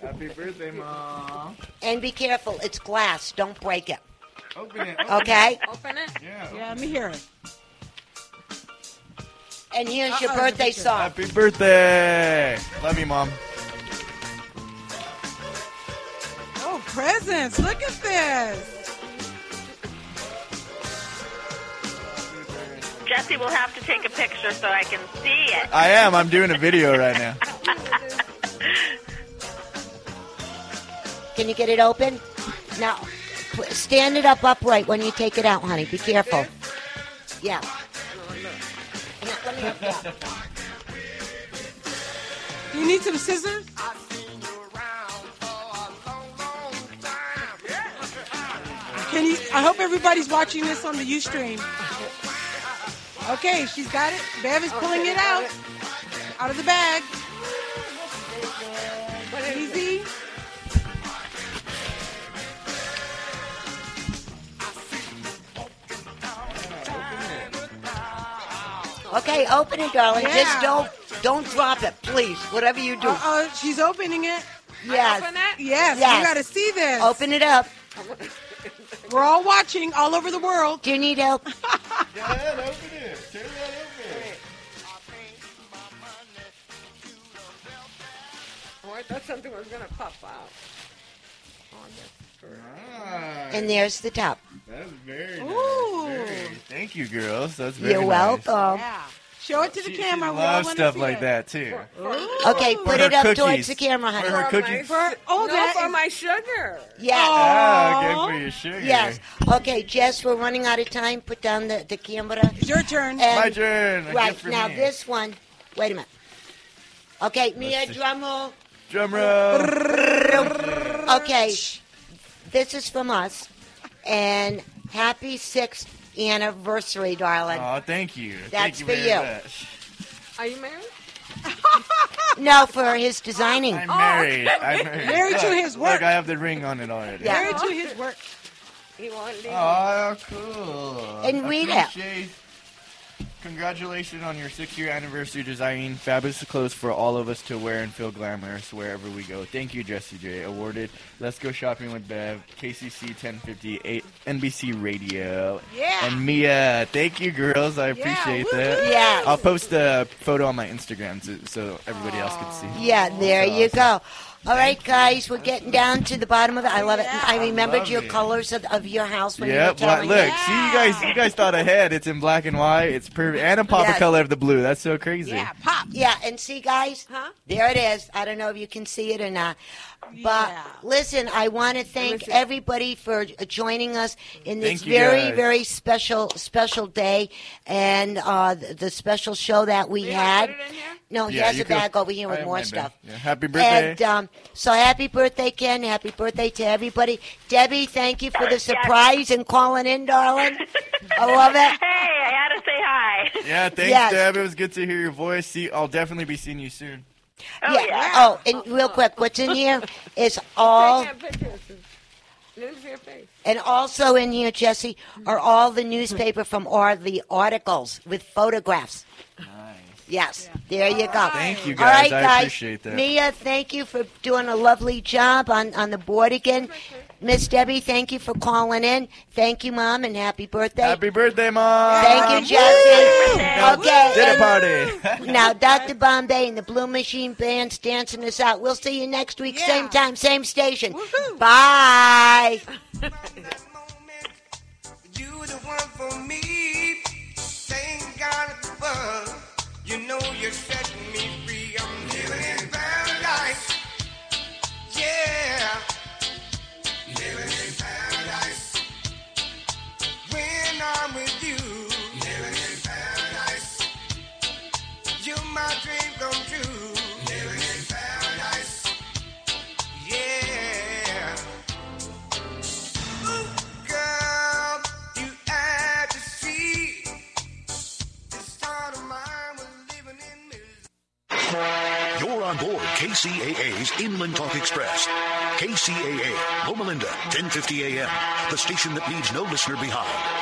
Happy birthday, mom!
And be careful. It's glass. Don't break it.
Open it.
open Okay. it.
Open it. Yeah.
open
Yeah, let me hear it.
And here's your
Uh-oh, there's a
birthday
picture.
song.
Happy birthday! Love you, mom.
Oh, presents! Look at this.
Jesse will have to take a picture so I can see it.
I am. I'm doing a video right now.
Can you get it open? Now, p- stand it up upright when you take it out, honey. Be careful. Yeah. Now, let me help you out.
You need some scissors? Can you? I hope everybody's watching this on the Ustream. Okay, she's got it. Bev is pulling it out. Out of the bag. Easy.
Okay, open it, darling.
Yeah.
Just don't don't drop it, please. Whatever you do.
Uh-oh, she's opening it.
Yes.
Yes,
Yes.
you gotta see this.
Open it up.
We're all watching all over the world.
Do you need help?
Dad, open it. Turn that open.
Oh, I thought something was going to pop out. Oh,
Ah.
And there's the top.
That's very nice.
Ooh.
Very- Thank you, girls. That's very
You're
nice.
welcome.
Show it to the
She-
camera.
She
We all
loves
wanna
stuff
see
like
it.
that too.
Okay,
For
put
her
it up
cookies.
towards the camera, honey.
For her cookies.
For, oh,
no,
that
for
is-
my sugar.
Yes.
Ah, good for your sugar.
Yes. Okay, Jess, we're running out of time. Put down the, the camera. It's
your turn.
My turn. A gift
Right,
for
now
me.
this one. Wait a minute. Okay, Mia,
see.
drum roll.
Drum roll.
Okay, this is from us. And happy sixth anniversary, darling.
Aw, thank you.
That's
thank you
for
very
you.
Much.
Are you married?
No, for his designing.
I'm married. I'm married.
Married to
Look,
his
Look,
work.
I have the ring on it already.
Yeah.
Married to his work.
He won't leave.
Oh, cool.
And read it.
Appreciate- Congratulations on your six-year anniversary designing fabulous clothes for all of us to wear and feel glamorous wherever we go. Thank you, Jesse J. Awarded. Let's go shopping with Bev, KCC 1050, A- NBC Radio,
Yeah.
and Mia. Thank you, girls. I appreciate that.
Yeah.
I'll post a photo on my Instagram so, so everybody else can see.
Yeah, there you go. All right, guys, we're getting down to the bottom of it. I love it. I remembered
love
your
it.
colors of, of your house when
Yep.
you were
Well,
telling
look,
me.
see you guys. You guys thought ahead. It's in black and white. It's perfect, and a pop
Yeah.
of color of the blue. That's so crazy.
pop. Yeah, and see, guys, there it is. I don't know if you can see it or not. But listen, I want to thank everybody for joining us in this
Thank you,
very,
guys.
very special, special day and uh, the, the special show that we had. No, he
Yeah,
has
you
a
could-
bag over here
I
with
have
more
my bag.
stuff.
Yeah, Happy birthday.
And um, so happy birthday, Ken. Happy birthday to everybody. Debbie, thank you for the surprise and calling in, darling. I love it.
Hey, I had to say hi.
Yeah, thanks,
Yes.
Deb. It was good to hear your voice. See, I'll definitely be seeing you soon.
Oh, yeah. Oh, and real quick, what's in here is all,
Taking pictures. Lose your face.
and also in here, Jesse, are all the newspaper from all the articles with photographs. Yes, there you go.
Thank you,
All right,
guys. I
guys.
appreciate that.
Mia, thank you for doing a lovely job on, on the board again. Miss Debbie, thank you for calling in. Thank you, Mom, and happy birthday.
Happy birthday, Mom.
Thank you, Jesse. Okay.
Dinner
and-
party.
now, Dr. Bombay and the Blue Machine Band's dancing us out. We'll see you next week, same time, same station. Bye.
You the one for me. Thank God above. You know you set me free. I'm living in paradise. Yeah. Living in paradise. When I'm with you. Living in paradise. You're my dream come true. Living in paradise. Yeah. Ooh, girl, you had to see this heart of mine was living in me.
You're on board KCAA's Inland Talk Express. KCAA, Loma Linda, 1050 AM, the station that leaves no listener behind.